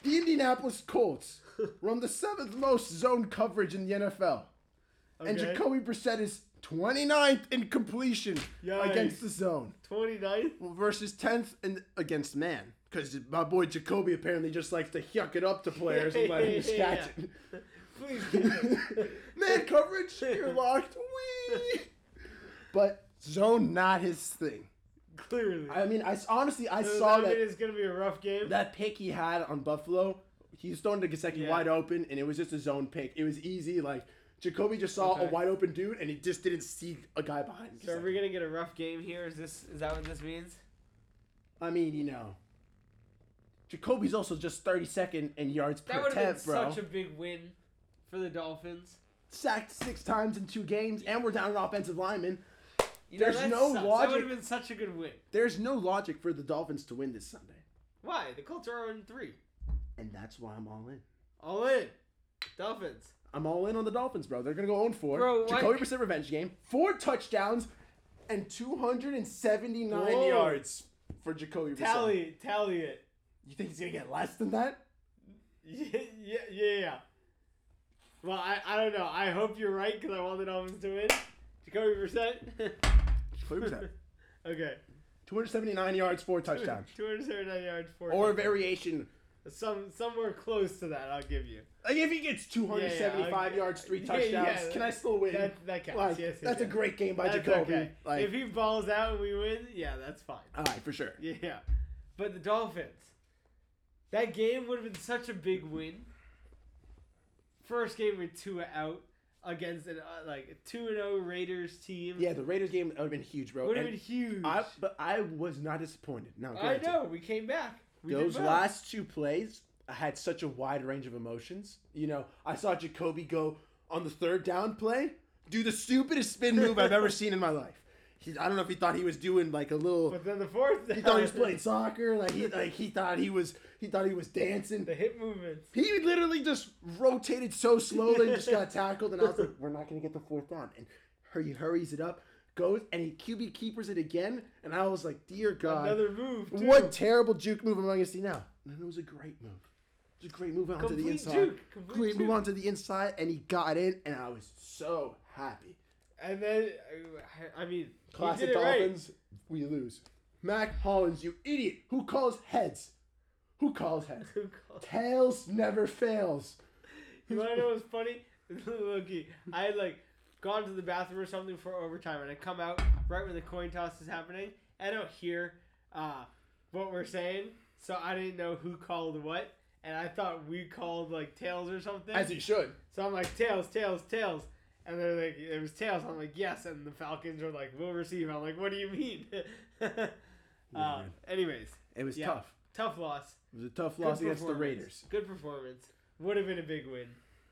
[SPEAKER 1] the Indianapolis Colts run the seventh most zone coverage in the NFL, and
[SPEAKER 3] Okay.
[SPEAKER 1] Jacoby Brissett is 29th in completion
[SPEAKER 3] Yikes.
[SPEAKER 1] against the zone
[SPEAKER 3] 29th.
[SPEAKER 1] versus 10th in, against man. Because my boy Jacoby apparently just likes to yuck it up to players and let them just catch
[SPEAKER 3] Yeah.
[SPEAKER 1] it.
[SPEAKER 3] Please. do.
[SPEAKER 1] Man coverage, you're locked. Wee. But zone not his thing.
[SPEAKER 3] Clearly.
[SPEAKER 1] I mean, I s- honestly I
[SPEAKER 3] So
[SPEAKER 1] saw
[SPEAKER 3] that
[SPEAKER 1] that
[SPEAKER 3] mean It's gonna be a rough game.
[SPEAKER 1] that pick he had on Buffalo, he's thrown to Gasecki
[SPEAKER 3] Yeah.
[SPEAKER 1] wide open, and it was just a zone pick. It was easy. Like Jacoby just saw a
[SPEAKER 3] Okay.
[SPEAKER 1] wide open dude, and he just didn't see a guy behind.
[SPEAKER 3] so are
[SPEAKER 1] Gesicki.
[SPEAKER 3] we gonna get a rough game here? Is this is that what this means?
[SPEAKER 1] I mean, you know, Jacoby's also just thirty second in yards per
[SPEAKER 3] That would have been
[SPEAKER 1] attempt, bro.
[SPEAKER 3] such a big win for the Dolphins.
[SPEAKER 1] Sacked six times in two games, and we're down an offensive lineman.
[SPEAKER 3] You know,
[SPEAKER 1] There's
[SPEAKER 3] that
[SPEAKER 1] no
[SPEAKER 3] sucks. That would
[SPEAKER 1] logic-
[SPEAKER 3] have been such a good win.
[SPEAKER 1] There's no logic for the Dolphins to win this Sunday,
[SPEAKER 3] Why? The Colts are on three.
[SPEAKER 1] and that's why I'm all in.
[SPEAKER 3] All in. Dolphins.
[SPEAKER 1] I'm all in on the Dolphins, bro. They're gonna go on four.
[SPEAKER 3] Bro, what-
[SPEAKER 1] Jacoby Brissett revenge game, four touchdowns, and 279
[SPEAKER 3] Whoa.
[SPEAKER 1] yards for Jacoby Brissett.
[SPEAKER 3] Tally, tally it.
[SPEAKER 1] You think he's gonna get less than that?
[SPEAKER 3] Yeah, yeah, yeah. yeah. Well, I, I don't know. I hope you're right because I want the Dolphins to win. Jacoby Brissett.
[SPEAKER 1] Jacoby Brissett,
[SPEAKER 3] okay.
[SPEAKER 1] 279 yards, four touchdowns,
[SPEAKER 3] 279 yards, four.
[SPEAKER 1] or a variation.
[SPEAKER 3] Some somewhere close to that, I'll give you.
[SPEAKER 1] Like if he gets 275
[SPEAKER 3] I-
[SPEAKER 1] yards, three
[SPEAKER 3] yeah,
[SPEAKER 1] touchdowns,
[SPEAKER 3] yeah,
[SPEAKER 1] can I still win?
[SPEAKER 3] That that counts.
[SPEAKER 1] Like,
[SPEAKER 3] yes, yes,
[SPEAKER 1] that's
[SPEAKER 3] yes.
[SPEAKER 1] a great game by
[SPEAKER 3] That's
[SPEAKER 1] Jacoby.
[SPEAKER 3] okay.
[SPEAKER 1] Like,
[SPEAKER 3] if he balls out and we win, yeah, that's fine.
[SPEAKER 1] all right, for sure.
[SPEAKER 3] Yeah, but the Dolphins. That game would have been such a big win. First game with Tua out against an uh, like a two and zero Raiders team.
[SPEAKER 1] Yeah, the Raiders game would have been huge, bro.
[SPEAKER 3] would have
[SPEAKER 1] And
[SPEAKER 3] been huge.
[SPEAKER 1] I,
[SPEAKER 3] I,
[SPEAKER 1] but I was not disappointed. Now granted,
[SPEAKER 3] know we came back. We did
[SPEAKER 1] Those
[SPEAKER 3] well.
[SPEAKER 1] last two plays I had such a wide range of emotions. You know, I saw Jacoby go on the third down play, do the stupidest spin move I've ever seen in my life. He, I don't know if he thought he was doing like a little.
[SPEAKER 3] But then the fourth.
[SPEAKER 1] He thought he was playing soccer. Like he, like he thought he was, he thought he was dancing.
[SPEAKER 3] the hip movements.
[SPEAKER 1] He literally just rotated so slowly and just got tackled. And I was like, we're not going to get the fourth down. And he hurries it up, goes, and he QB keepers it again. And I was like, dear God.
[SPEAKER 3] Another move. Too.
[SPEAKER 1] What terrible juke move am I going to see now? And it was a great move. It was a great move onto the
[SPEAKER 3] Complete
[SPEAKER 1] inside.
[SPEAKER 3] juke. Complete
[SPEAKER 1] Great move
[SPEAKER 3] juke.
[SPEAKER 1] onto the inside, and he got in, and I was so happy.
[SPEAKER 3] And then I I mean, he
[SPEAKER 1] Classic
[SPEAKER 3] did it right.
[SPEAKER 1] Dolphins, we lose. Mac Hollins, you idiot! Who calls heads? Who calls heads?
[SPEAKER 3] Who called-
[SPEAKER 1] Tails never fails.
[SPEAKER 3] You want to know what's funny? Loki, I had like gone to the bathroom or something for overtime, and I come out right when the coin toss is happening. I don't hear uh, what we're saying, so I didn't know who called what, and I thought we called like tails or something.
[SPEAKER 1] As he should.
[SPEAKER 3] So I'm like tails, tails, tails, and they're like it was tails. I'm like yes, and the Falcons are like we'll receive. I'm like what do you mean? uh,
[SPEAKER 1] man.
[SPEAKER 3] anyways,
[SPEAKER 1] It was
[SPEAKER 3] Yeah.
[SPEAKER 1] tough.
[SPEAKER 3] tough loss.
[SPEAKER 1] It was a tough
[SPEAKER 3] Good
[SPEAKER 1] loss against the
[SPEAKER 3] performance.
[SPEAKER 1] Raiders.
[SPEAKER 3] Good performance. Would have been a big win.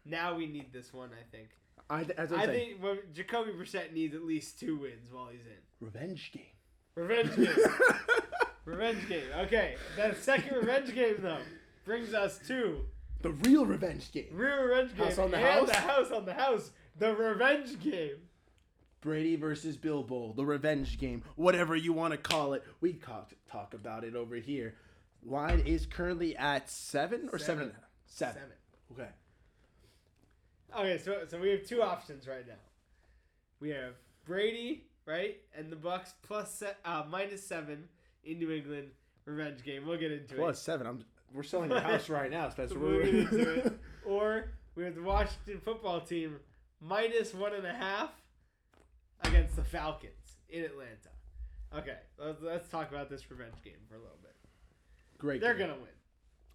[SPEAKER 3] Now we need this one, I think.
[SPEAKER 1] I, as I'm
[SPEAKER 3] I
[SPEAKER 1] saying,
[SPEAKER 3] think well, Jacoby Brissett needs at least two wins while he's in.
[SPEAKER 1] revenge game.
[SPEAKER 3] Revenge game. revenge game. Okay. That second revenge game, though, brings us to
[SPEAKER 1] the real revenge game.
[SPEAKER 3] real revenge game.
[SPEAKER 1] House on the
[SPEAKER 3] and
[SPEAKER 1] house?
[SPEAKER 3] the house on the house. The revenge game.
[SPEAKER 1] Brady versus Bill Bowl, the revenge game, whatever you want to call it. We talk, talk about it over here. Line is currently at seven or seven?
[SPEAKER 3] Seven.
[SPEAKER 1] Seven. Okay.
[SPEAKER 3] Okay, so so we have two options right now. We have Brady, right, and the Bucks plus se- uh, minus seven in New England revenge game. We'll get into
[SPEAKER 1] Plus seven. I'm, we're selling a house right now. So that's
[SPEAKER 3] it.
[SPEAKER 1] what
[SPEAKER 3] We'll
[SPEAKER 1] we're
[SPEAKER 3] get into it. Or we have the Washington football team minus one and a half against the Falcons in Atlanta. Okay, let's, let's talk about this revenge game for a little bit.
[SPEAKER 1] Great.
[SPEAKER 3] They're
[SPEAKER 1] game.
[SPEAKER 3] gonna win.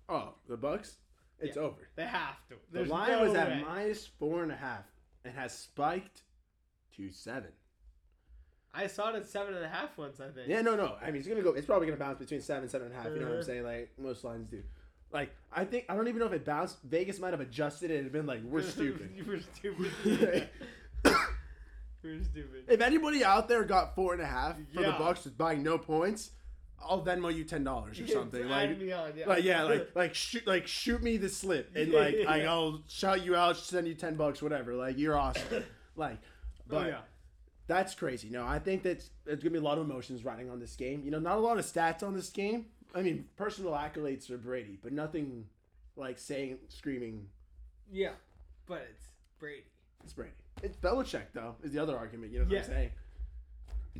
[SPEAKER 1] Oh, the Bucks. It's
[SPEAKER 3] Yeah.
[SPEAKER 1] over.
[SPEAKER 3] They have to.
[SPEAKER 1] The
[SPEAKER 3] There's
[SPEAKER 1] line
[SPEAKER 3] no
[SPEAKER 1] was at
[SPEAKER 3] way.
[SPEAKER 1] minus four and a half and has spiked to seven.
[SPEAKER 3] I saw it at seven and a half once. I think.
[SPEAKER 1] Yeah, no, no. I mean, it's gonna go. It's probably gonna bounce between seven, seven and a half. You know what I'm
[SPEAKER 3] Uh-huh.
[SPEAKER 1] saying? Like most lines do. Like I think I don't even know if it bounced. Vegas might have adjusted it and been like, "We're stupid."
[SPEAKER 3] you were stupid. you were stupid.
[SPEAKER 1] if anybody out there got four and a half for the
[SPEAKER 3] Yeah.
[SPEAKER 1] Bucks with buying no points, I'll Venmo you ten dollars or something. Like
[SPEAKER 3] Add me on, yeah.
[SPEAKER 1] like yeah, like like shoot like shoot me the slip and like I, I'll shout you out, send you ten bucks, whatever. Like you're awesome. like, but
[SPEAKER 3] oh, yeah.
[SPEAKER 1] that's crazy. No, I think that's it's gonna be a lot of emotions riding on this game. You know, not a lot of stats on this game. I mean, personal accolades for Brady, but nothing like saying screaming
[SPEAKER 3] Yeah. But it's Brady.
[SPEAKER 1] it's Brady. It's Belichick though is the other argument. You know what
[SPEAKER 3] Yeah.
[SPEAKER 1] I'm saying?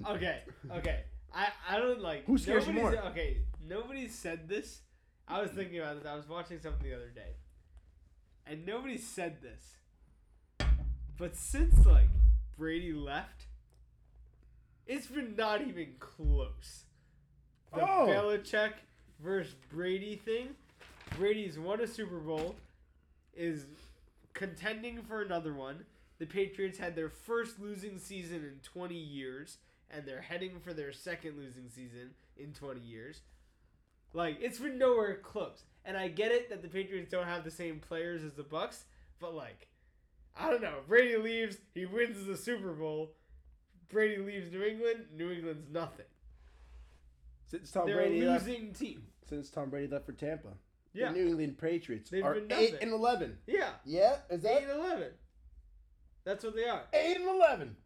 [SPEAKER 3] Okay, okay. I, I don't like.
[SPEAKER 1] Who scares you
[SPEAKER 3] nobody's-
[SPEAKER 1] more?
[SPEAKER 3] Okay, nobody said this. I was thinking about this. I was watching something the other day, and nobody said this. But since like Brady left, it's been not even close. The
[SPEAKER 1] Oh.
[SPEAKER 3] Belichick versus Brady thing. Brady's won a Super Bowl, is contending for another one. The Patriots had their first losing season in 20 years, and they're heading for their second losing season in 20 years. Like it's been nowhere close. And I get it that the Patriots don't have the same players as the Bucks, but like, I don't know. Brady leaves, he wins the Super Bowl. Brady leaves New England, New England's nothing.
[SPEAKER 1] Since Tom
[SPEAKER 3] They're
[SPEAKER 1] Oh, Brady
[SPEAKER 3] a
[SPEAKER 1] left,
[SPEAKER 3] losing team.
[SPEAKER 1] since Tom Brady left for Tampa,
[SPEAKER 3] Yeah.
[SPEAKER 1] the New England Patriots
[SPEAKER 3] They've
[SPEAKER 1] are
[SPEAKER 3] been
[SPEAKER 1] eight
[SPEAKER 3] nothing.
[SPEAKER 1] and eleven.
[SPEAKER 3] Yeah.
[SPEAKER 1] Yeah, is
[SPEAKER 3] Eight and eleven. That's what they are.
[SPEAKER 1] Eight and eleven.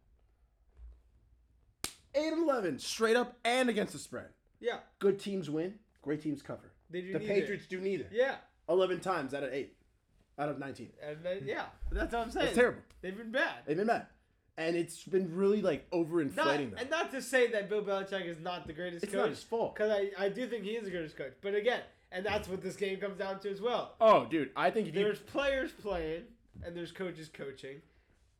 [SPEAKER 1] Eight and eleven, straight up and against the spread.
[SPEAKER 3] Yeah.
[SPEAKER 1] Good teams win. Great teams cover.
[SPEAKER 3] They do
[SPEAKER 1] the
[SPEAKER 3] neither.
[SPEAKER 1] Patriots do neither.
[SPEAKER 3] Yeah.
[SPEAKER 1] Eleven times out of eight, out of nineteen.
[SPEAKER 3] And then, yeah. That's what I'm saying.
[SPEAKER 1] That's terrible.
[SPEAKER 3] They've been bad.
[SPEAKER 1] They've been bad, and it's been really like
[SPEAKER 3] Not,
[SPEAKER 1] overinflating them.
[SPEAKER 3] and not to say that Bill Belichick is not the greatest
[SPEAKER 1] It's
[SPEAKER 3] coach.
[SPEAKER 1] not his fault.
[SPEAKER 3] Because I, I do think he is the greatest coach. But again, and that's what this game comes down to as well.
[SPEAKER 1] Oh, dude, I think if you
[SPEAKER 3] There's players playing and there's coaches coaching.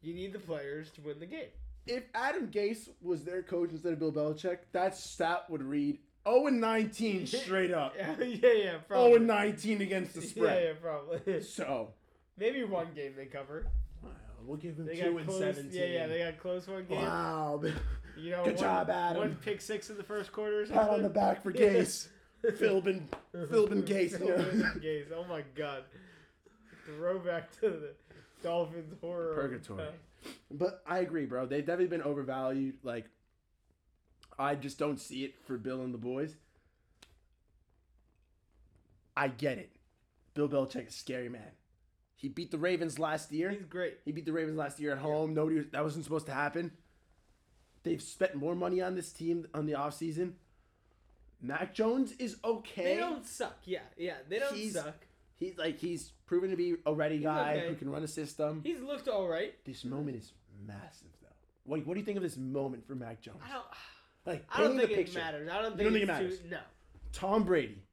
[SPEAKER 3] You need the players to win the game.
[SPEAKER 1] if Adam Gase was their coach instead of Bill Belichick, that stat would read 0 and 19 straight up.
[SPEAKER 3] yeah, yeah, yeah,
[SPEAKER 1] 0
[SPEAKER 3] probably.
[SPEAKER 1] Oh, and 19 against the
[SPEAKER 3] yeah,
[SPEAKER 1] spread.
[SPEAKER 3] yeah, probably.
[SPEAKER 1] So
[SPEAKER 3] Maybe one game they cover.
[SPEAKER 1] wow, we'll give him
[SPEAKER 3] They
[SPEAKER 1] two
[SPEAKER 3] got
[SPEAKER 1] and
[SPEAKER 3] close.
[SPEAKER 1] seventeen.
[SPEAKER 3] Yeah, yeah, they got close one game.
[SPEAKER 1] wow,
[SPEAKER 3] You know,
[SPEAKER 1] Good
[SPEAKER 3] one,
[SPEAKER 1] job, Adam.
[SPEAKER 3] One pick six in the first quarter. Or
[SPEAKER 1] pat
[SPEAKER 3] something.
[SPEAKER 1] on the back for
[SPEAKER 3] Yeah.
[SPEAKER 1] Gase. Philbin, Philbin Gase. you know.
[SPEAKER 3] Philbin Gase. Oh my god. Throwback to the Dolphins horror. Uh,
[SPEAKER 1] Purgatory. But I agree, bro. They've definitely been overvalued. Like, I just don't see it for Bill and the boys. I get it. Bill Belichick is a scary man. He beat the Ravens last year.
[SPEAKER 3] He's great.
[SPEAKER 1] He beat the Ravens last year at home. Nobody was, that wasn't supposed to happen. They've spent more money on this team on the offseason. Mac Jones is okay.
[SPEAKER 3] They don't suck. Yeah, yeah. They don't
[SPEAKER 1] He's-
[SPEAKER 3] suck.
[SPEAKER 1] He's like he's proven to be a ready guy
[SPEAKER 3] okay.
[SPEAKER 1] who can run a system.
[SPEAKER 3] He's looked all right.
[SPEAKER 1] This moment is massive though. What, what do you think of this moment for Mac Jones?
[SPEAKER 3] I don't.
[SPEAKER 1] Like
[SPEAKER 3] I don't
[SPEAKER 1] paint
[SPEAKER 3] think
[SPEAKER 1] the
[SPEAKER 3] it
[SPEAKER 1] picture.
[SPEAKER 3] matters. I don't think,
[SPEAKER 1] don't think
[SPEAKER 3] it's
[SPEAKER 1] it matters?
[SPEAKER 3] Too, no.
[SPEAKER 1] Tom Brady.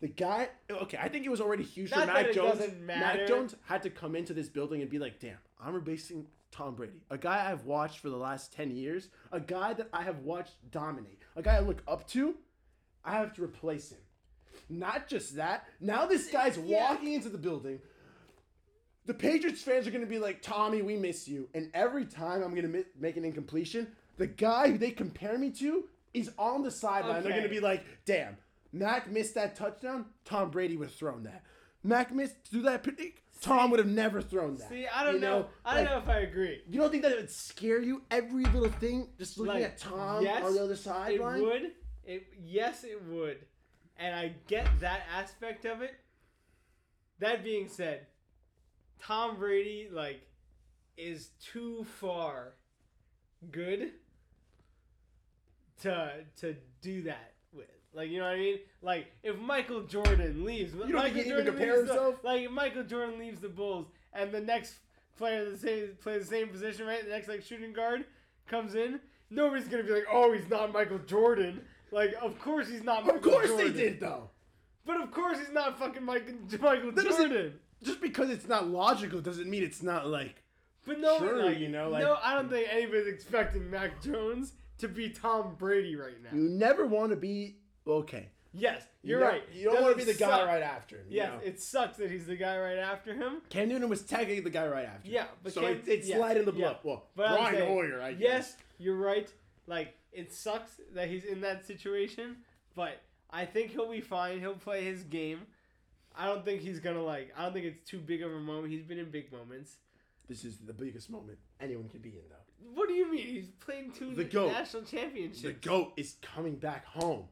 [SPEAKER 1] The guy okay, I think it was already huge
[SPEAKER 3] Not
[SPEAKER 1] for Mac
[SPEAKER 3] that it
[SPEAKER 1] Jones.
[SPEAKER 3] doesn't matter.
[SPEAKER 1] Mac Jones had to come into this building and be like, damn, I'm replacing Tom Brady. A guy I've watched for the last ten years, a guy that I have watched dominate, a guy I look up to, I have to replace him. Not just that, now this guy's
[SPEAKER 3] Yeah.
[SPEAKER 1] walking into the building. The Patriots fans are going to be like, Tommy, we miss you. And every time I'm going to mi- make an incompletion, the guy who they compare me to is on the sideline. They're
[SPEAKER 3] Okay.
[SPEAKER 1] going to be like, damn, Mac missed that touchdown. Tom Brady would have thrown that. Mac missed do that. pick, eh, Tom would have never thrown that.
[SPEAKER 3] See, I don't
[SPEAKER 1] You
[SPEAKER 3] know. I don't
[SPEAKER 1] like,
[SPEAKER 3] know if I agree.
[SPEAKER 1] You don't think that it would scare you? Every little thing, just looking
[SPEAKER 3] Like,
[SPEAKER 1] at Tom
[SPEAKER 3] yes,
[SPEAKER 1] on the other
[SPEAKER 3] It
[SPEAKER 1] sideline.
[SPEAKER 3] would. It yes, it would. And I get that aspect of it. That being said, Tom Brady like is too far good to to do that with. Like you know what I mean? Like if Michael Jordan leaves,
[SPEAKER 1] think
[SPEAKER 3] Michael
[SPEAKER 1] he can even compare
[SPEAKER 3] leaves the-
[SPEAKER 1] himself?
[SPEAKER 3] like if Michael Jordan leaves the Bulls, and the next player the same plays the same position, right? The next like shooting guard comes in. Nobody's gonna be like, oh, he's not Michael Jordan. Like of course he's not. Michael
[SPEAKER 1] Of course
[SPEAKER 3] Jordan.
[SPEAKER 1] they did, though.
[SPEAKER 3] But of course he's not fucking Michael Michael
[SPEAKER 1] That doesn't-
[SPEAKER 3] Jordan.
[SPEAKER 1] Just because it's not logical doesn't mean it's not like
[SPEAKER 3] But no,
[SPEAKER 1] Sure,
[SPEAKER 3] like,
[SPEAKER 1] you know, like-
[SPEAKER 3] no, I don't think anybody's expecting Mac Jones to be Tom Brady right now.
[SPEAKER 1] You never want to be okay.
[SPEAKER 3] Yes,
[SPEAKER 1] You
[SPEAKER 3] you're
[SPEAKER 1] don't-
[SPEAKER 3] right.
[SPEAKER 1] You don't want to be
[SPEAKER 3] Doesn't
[SPEAKER 1] the guy
[SPEAKER 3] suck.
[SPEAKER 1] right after him. you
[SPEAKER 3] Yes,
[SPEAKER 1] know?
[SPEAKER 3] it sucks that he's the guy right after him.
[SPEAKER 1] Cam Newton was technically the guy right after. him.
[SPEAKER 3] Yeah, but
[SPEAKER 1] so
[SPEAKER 3] Cam-
[SPEAKER 1] it's, it's
[SPEAKER 3] yeah,
[SPEAKER 1] light in the
[SPEAKER 3] yeah.
[SPEAKER 1] blood. Well,
[SPEAKER 3] But I'm
[SPEAKER 1] Brian
[SPEAKER 3] saying,
[SPEAKER 1] Hoyer, I guess.
[SPEAKER 3] Yes, you're right. Like it sucks that he's in that situation, but I think he'll be fine. He'll play his game. I don't think he's gonna like. I don't think it's too big of a moment. He's been in big moments.
[SPEAKER 1] This is the biggest moment anyone could be in, though.
[SPEAKER 3] What do you mean? He's playing two
[SPEAKER 1] The GOAT.
[SPEAKER 3] national championships.
[SPEAKER 1] The GOAT is coming back home.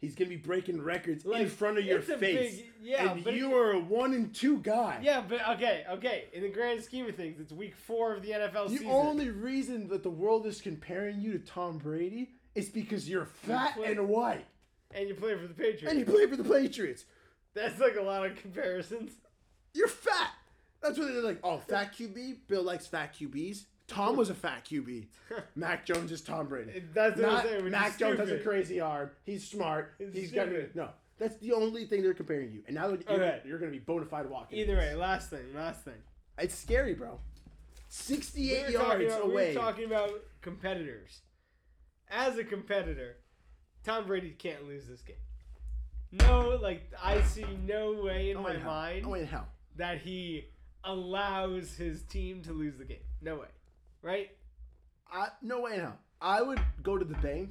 [SPEAKER 1] He's gonna be breaking records in
[SPEAKER 3] Like,
[SPEAKER 1] front of your
[SPEAKER 3] it's a
[SPEAKER 1] face.
[SPEAKER 3] big- yeah,
[SPEAKER 1] and
[SPEAKER 3] but
[SPEAKER 1] you are a one and two guy.
[SPEAKER 3] Yeah, but okay, okay. In the grand scheme of things, it's week four of the NFL
[SPEAKER 1] The
[SPEAKER 3] season.
[SPEAKER 1] only reason that the world is comparing you to Tom Brady is because you're fat
[SPEAKER 3] play-
[SPEAKER 1] and white,
[SPEAKER 3] and you play for the Patriots.
[SPEAKER 1] and you play for the Patriots.
[SPEAKER 3] That's like a lot of comparisons.
[SPEAKER 1] You're fat. That's what they're like. Oh, fat QB. Bill likes fat QBs. Tom was a fat QB. Mac Jones is Tom Brady.
[SPEAKER 3] That's what I'm
[SPEAKER 1] Not,
[SPEAKER 3] saying. which is
[SPEAKER 1] Mac Jones has a
[SPEAKER 3] stupid.
[SPEAKER 1] crazy arm. He's smart.
[SPEAKER 3] It's
[SPEAKER 1] He's got
[SPEAKER 3] stupid.
[SPEAKER 1] no. That's the only thing they're comparing you. And now that you're,
[SPEAKER 3] Okay.
[SPEAKER 1] you're gonna be bona fide walking.
[SPEAKER 3] Either way, last thing, last thing.
[SPEAKER 1] it's scary, bro.
[SPEAKER 3] We
[SPEAKER 1] Sixty-eight
[SPEAKER 3] were, talking
[SPEAKER 1] yards
[SPEAKER 3] about, we
[SPEAKER 1] away.
[SPEAKER 3] were talking about competitors. As a competitor, Tom Brady can't lose this game. No, like I see no way in
[SPEAKER 1] Oh,
[SPEAKER 3] my
[SPEAKER 1] in hell.
[SPEAKER 3] mind
[SPEAKER 1] Oh, in hell.
[SPEAKER 3] that he allows his team to lose the game. No way, right?
[SPEAKER 1] I, no way in hell. I would go to the bank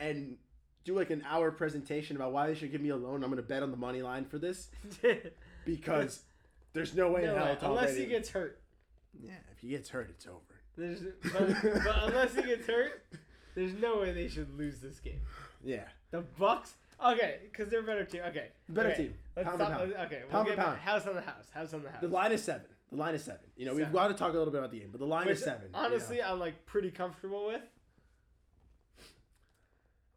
[SPEAKER 1] and do like an hour presentation about why they should give me a loan. I'm gonna bet on the money line for this because there's no way
[SPEAKER 3] No
[SPEAKER 1] in hell.
[SPEAKER 3] way.
[SPEAKER 1] Tom
[SPEAKER 3] Unless
[SPEAKER 1] Brady.
[SPEAKER 3] he gets hurt.
[SPEAKER 1] yeah, if he gets hurt, it's over.
[SPEAKER 3] There's, but, but unless he gets hurt, there's no way they should lose this game.
[SPEAKER 1] Yeah,
[SPEAKER 3] The Bucks. Okay, because they're a better team. Okay,
[SPEAKER 1] Better
[SPEAKER 3] okay.
[SPEAKER 1] team.
[SPEAKER 3] Let's
[SPEAKER 1] Pound for
[SPEAKER 3] stop.
[SPEAKER 1] pound.
[SPEAKER 3] Okay, we'll
[SPEAKER 1] Pound for
[SPEAKER 3] get back-
[SPEAKER 1] pound.
[SPEAKER 3] house on the house. House on the house.
[SPEAKER 1] the line is seven. The line is seven. You know, we we've
[SPEAKER 3] Seven.
[SPEAKER 1] got to talk a little bit about the end, but the line
[SPEAKER 3] Which,
[SPEAKER 1] is seven. you know.
[SPEAKER 3] honestly, I'm like pretty comfortable with.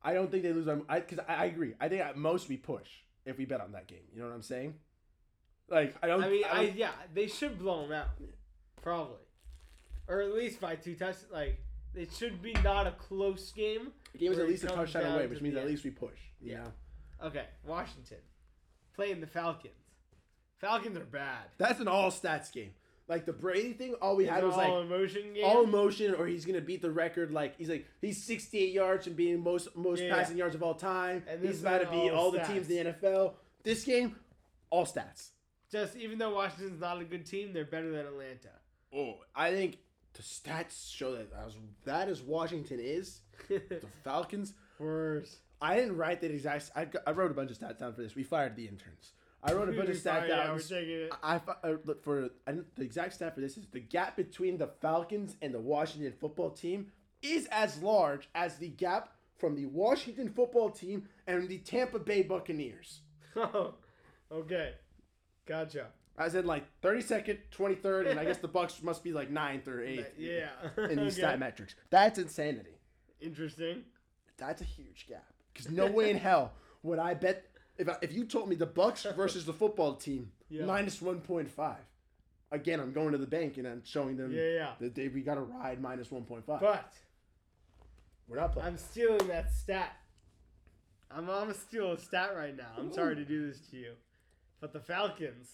[SPEAKER 1] I don't think they lose. on- I because I, I agree. I think at most we push if we bet on that game. You know what I'm saying? Like I don't.
[SPEAKER 3] I mean, I,
[SPEAKER 1] don't-
[SPEAKER 3] yeah, they should blow them out, probably, or at least by two touchdowns. Like it should be not a close game.
[SPEAKER 1] the game is
[SPEAKER 3] where
[SPEAKER 1] at
[SPEAKER 3] it
[SPEAKER 1] least a
[SPEAKER 3] comes
[SPEAKER 1] touchdown
[SPEAKER 3] down
[SPEAKER 1] away,
[SPEAKER 3] to
[SPEAKER 1] which
[SPEAKER 3] the
[SPEAKER 1] means at
[SPEAKER 3] end.
[SPEAKER 1] least we push. You
[SPEAKER 3] Yeah.
[SPEAKER 1] know,
[SPEAKER 3] Okay, Washington playing the Falcons. Falcons are bad.
[SPEAKER 1] that's an all stats game. Like the Brady thing, all we had
[SPEAKER 3] It's
[SPEAKER 1] was
[SPEAKER 3] all
[SPEAKER 1] like
[SPEAKER 3] emotion game.
[SPEAKER 1] all motion, or he's gonna beat the record. Like he's like he's 68 yards from being most most
[SPEAKER 3] Yeah.
[SPEAKER 1] passing yards of all time.
[SPEAKER 3] And this
[SPEAKER 1] he's about
[SPEAKER 3] is
[SPEAKER 1] to beat
[SPEAKER 3] all
[SPEAKER 1] all the teams in the NFL. This game, all stats.
[SPEAKER 3] Just even though Washington's not a good team, they're better than Atlanta.
[SPEAKER 1] Oh, I think the stats show that as that as Washington is, the Falcons.
[SPEAKER 3] Worse.
[SPEAKER 1] I didn't write that exact. I, got- I wrote a bunch of stats down for this. We fired the interns. I wrote a bunch of stats
[SPEAKER 3] Yeah,
[SPEAKER 1] down.
[SPEAKER 3] we're taking it.
[SPEAKER 1] I, I fi- uh, look for I didn't- the exact stat for this is the gap between the Falcons and the Washington football team is as large as the gap from the Washington football team and the Tampa Bay Buccaneers.
[SPEAKER 3] Oh, okay. Gotcha.
[SPEAKER 1] As in like 32nd, 23rd, and I guess the Bucks must be like 9th or 8th
[SPEAKER 3] Yeah.
[SPEAKER 1] in these
[SPEAKER 3] Okay.
[SPEAKER 1] stat metrics. That's insanity.
[SPEAKER 3] Interesting.
[SPEAKER 1] That's a huge gap. Because no way in hell would I bet if I, if you told me the Bucks versus the football team
[SPEAKER 3] Yeah.
[SPEAKER 1] minus one point five. Again, I'm going to the bank and I'm showing them
[SPEAKER 3] Yeah, yeah.
[SPEAKER 1] that they we got to ride minus one point five.
[SPEAKER 3] But
[SPEAKER 1] We're not playing.
[SPEAKER 3] I'm stealing that stat. I'm I'm gonna steal a stat right now. I'm sorry to do this to you, but the Falcons,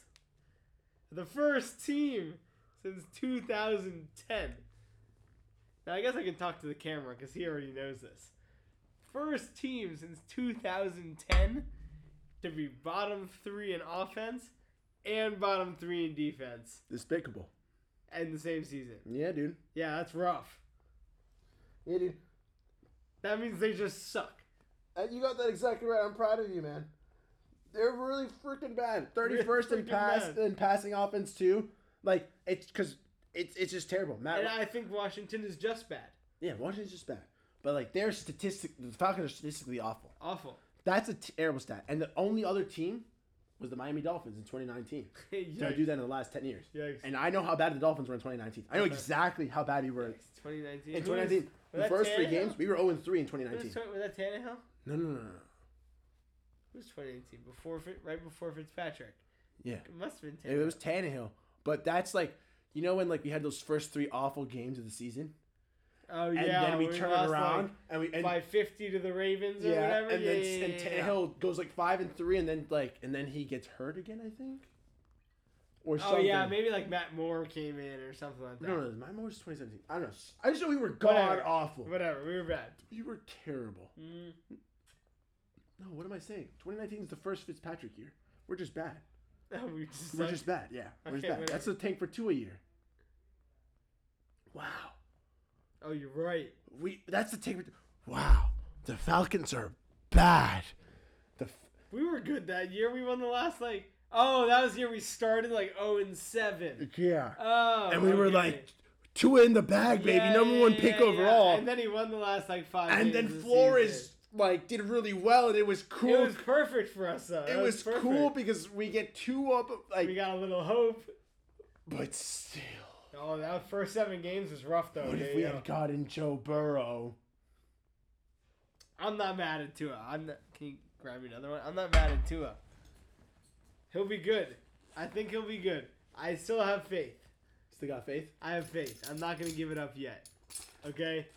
[SPEAKER 3] the first team since 2010. Now I guess I can talk to the camera because he already knows this. First team since 2010 to be bottom three in offense and bottom three in defense
[SPEAKER 1] Despicable.
[SPEAKER 3] in the same season.
[SPEAKER 1] Yeah, dude.
[SPEAKER 3] Yeah, that's rough.
[SPEAKER 1] Yeah, dude.
[SPEAKER 3] That means they just suck.
[SPEAKER 1] Uh, You got that exactly right. I'm proud of you, man. They're really freaking bad. Thirty first in
[SPEAKER 3] freaking
[SPEAKER 1] pass
[SPEAKER 3] bad.
[SPEAKER 1] in passing offense too. Like it's because it's it's just terrible. Matt.
[SPEAKER 3] And I think Washington is just bad.
[SPEAKER 1] yeah, Washington's just bad. But like they're statistic, the Falcons are statistically awful.
[SPEAKER 3] Awful.
[SPEAKER 1] That's a terrible stat. And the only other team was the Miami Dolphins in 2019. So I
[SPEAKER 3] Yikes.
[SPEAKER 1] do that in the last 10 years.
[SPEAKER 3] Yikes.
[SPEAKER 1] And I know how bad the Dolphins were in 2019. I know
[SPEAKER 3] Okay.
[SPEAKER 1] exactly how bad we were in
[SPEAKER 3] 2019. Who
[SPEAKER 1] 2019.
[SPEAKER 3] was- was
[SPEAKER 1] The
[SPEAKER 3] that
[SPEAKER 1] first three
[SPEAKER 3] Tannehill?
[SPEAKER 1] games, we were 0 3 in
[SPEAKER 3] Who was
[SPEAKER 1] 2019.
[SPEAKER 3] twen- Was that Tannehill?
[SPEAKER 1] No, no, no, no.
[SPEAKER 3] It was 2018, before Fit- right before Fitzpatrick.
[SPEAKER 1] Yeah.
[SPEAKER 3] It must have been
[SPEAKER 1] It
[SPEAKER 3] Tannehill.
[SPEAKER 1] was Tannehill. But that's like, you know, when like we had those first three awful games of the season?
[SPEAKER 3] oh
[SPEAKER 1] And
[SPEAKER 3] yeah,
[SPEAKER 1] then we, turn it
[SPEAKER 3] lost,
[SPEAKER 1] around and we.
[SPEAKER 3] like,
[SPEAKER 1] And,
[SPEAKER 3] by 50 to the Ravens or
[SPEAKER 1] yeah,
[SPEAKER 3] whatever.
[SPEAKER 1] and
[SPEAKER 3] yeah,
[SPEAKER 1] then
[SPEAKER 3] yeah,
[SPEAKER 1] and
[SPEAKER 3] yeah, yeah.
[SPEAKER 1] Tannehill goes like five and three, and then like and then he gets hurt again, I think, or
[SPEAKER 3] Oh yeah, maybe like Matt Moore came in or something like that.
[SPEAKER 1] No, no, my mine was 2017. I don't know. I just know we were god
[SPEAKER 3] Whatever.
[SPEAKER 1] awful.
[SPEAKER 3] Whatever, we were bad.
[SPEAKER 1] We were terrible.
[SPEAKER 3] Mm,
[SPEAKER 1] No, what am I saying? 2019 is the first Fitzpatrick year. We're just bad.
[SPEAKER 3] we just
[SPEAKER 1] We're
[SPEAKER 3] sucked.
[SPEAKER 1] just bad. Yeah, we're just
[SPEAKER 3] Okay,
[SPEAKER 1] bad.
[SPEAKER 3] whatever.
[SPEAKER 1] That's the tank for two a year. Wow,
[SPEAKER 3] Oh, you're right.
[SPEAKER 1] we. That's the tank. For, wow, the Falcons are bad. The f-
[SPEAKER 3] We were good that year. We won the last like. Oh, that was the year we started like 0 and 7.
[SPEAKER 1] yeah,
[SPEAKER 3] Oh,
[SPEAKER 1] and we were
[SPEAKER 3] okay.
[SPEAKER 1] like two in the bag, baby,
[SPEAKER 3] Yeah,
[SPEAKER 1] number
[SPEAKER 3] yeah,
[SPEAKER 1] one
[SPEAKER 3] yeah,
[SPEAKER 1] pick
[SPEAKER 3] yeah.
[SPEAKER 1] overall,
[SPEAKER 3] And then he won the last like five.
[SPEAKER 1] and
[SPEAKER 3] games
[SPEAKER 1] then
[SPEAKER 3] of the
[SPEAKER 1] Flores
[SPEAKER 3] season.
[SPEAKER 2] like did really well and it was cool.
[SPEAKER 3] It was perfect for us though.
[SPEAKER 2] it was
[SPEAKER 3] perfect.
[SPEAKER 2] cool because we get two up like
[SPEAKER 3] We got a little hope.
[SPEAKER 2] but still
[SPEAKER 3] Oh, that first seven games was rough though.
[SPEAKER 2] what
[SPEAKER 3] Yeah,
[SPEAKER 2] if we
[SPEAKER 3] yeah.
[SPEAKER 2] had gotten Joe Burrow?
[SPEAKER 3] I'm not mad at Tua. I'm not, can you grab me another one? I'm not mad at Tua. He'll be good. I think he'll be good. I still have faith.
[SPEAKER 2] Still got faith?
[SPEAKER 3] I have faith. I'm not gonna give it up yet. Okay?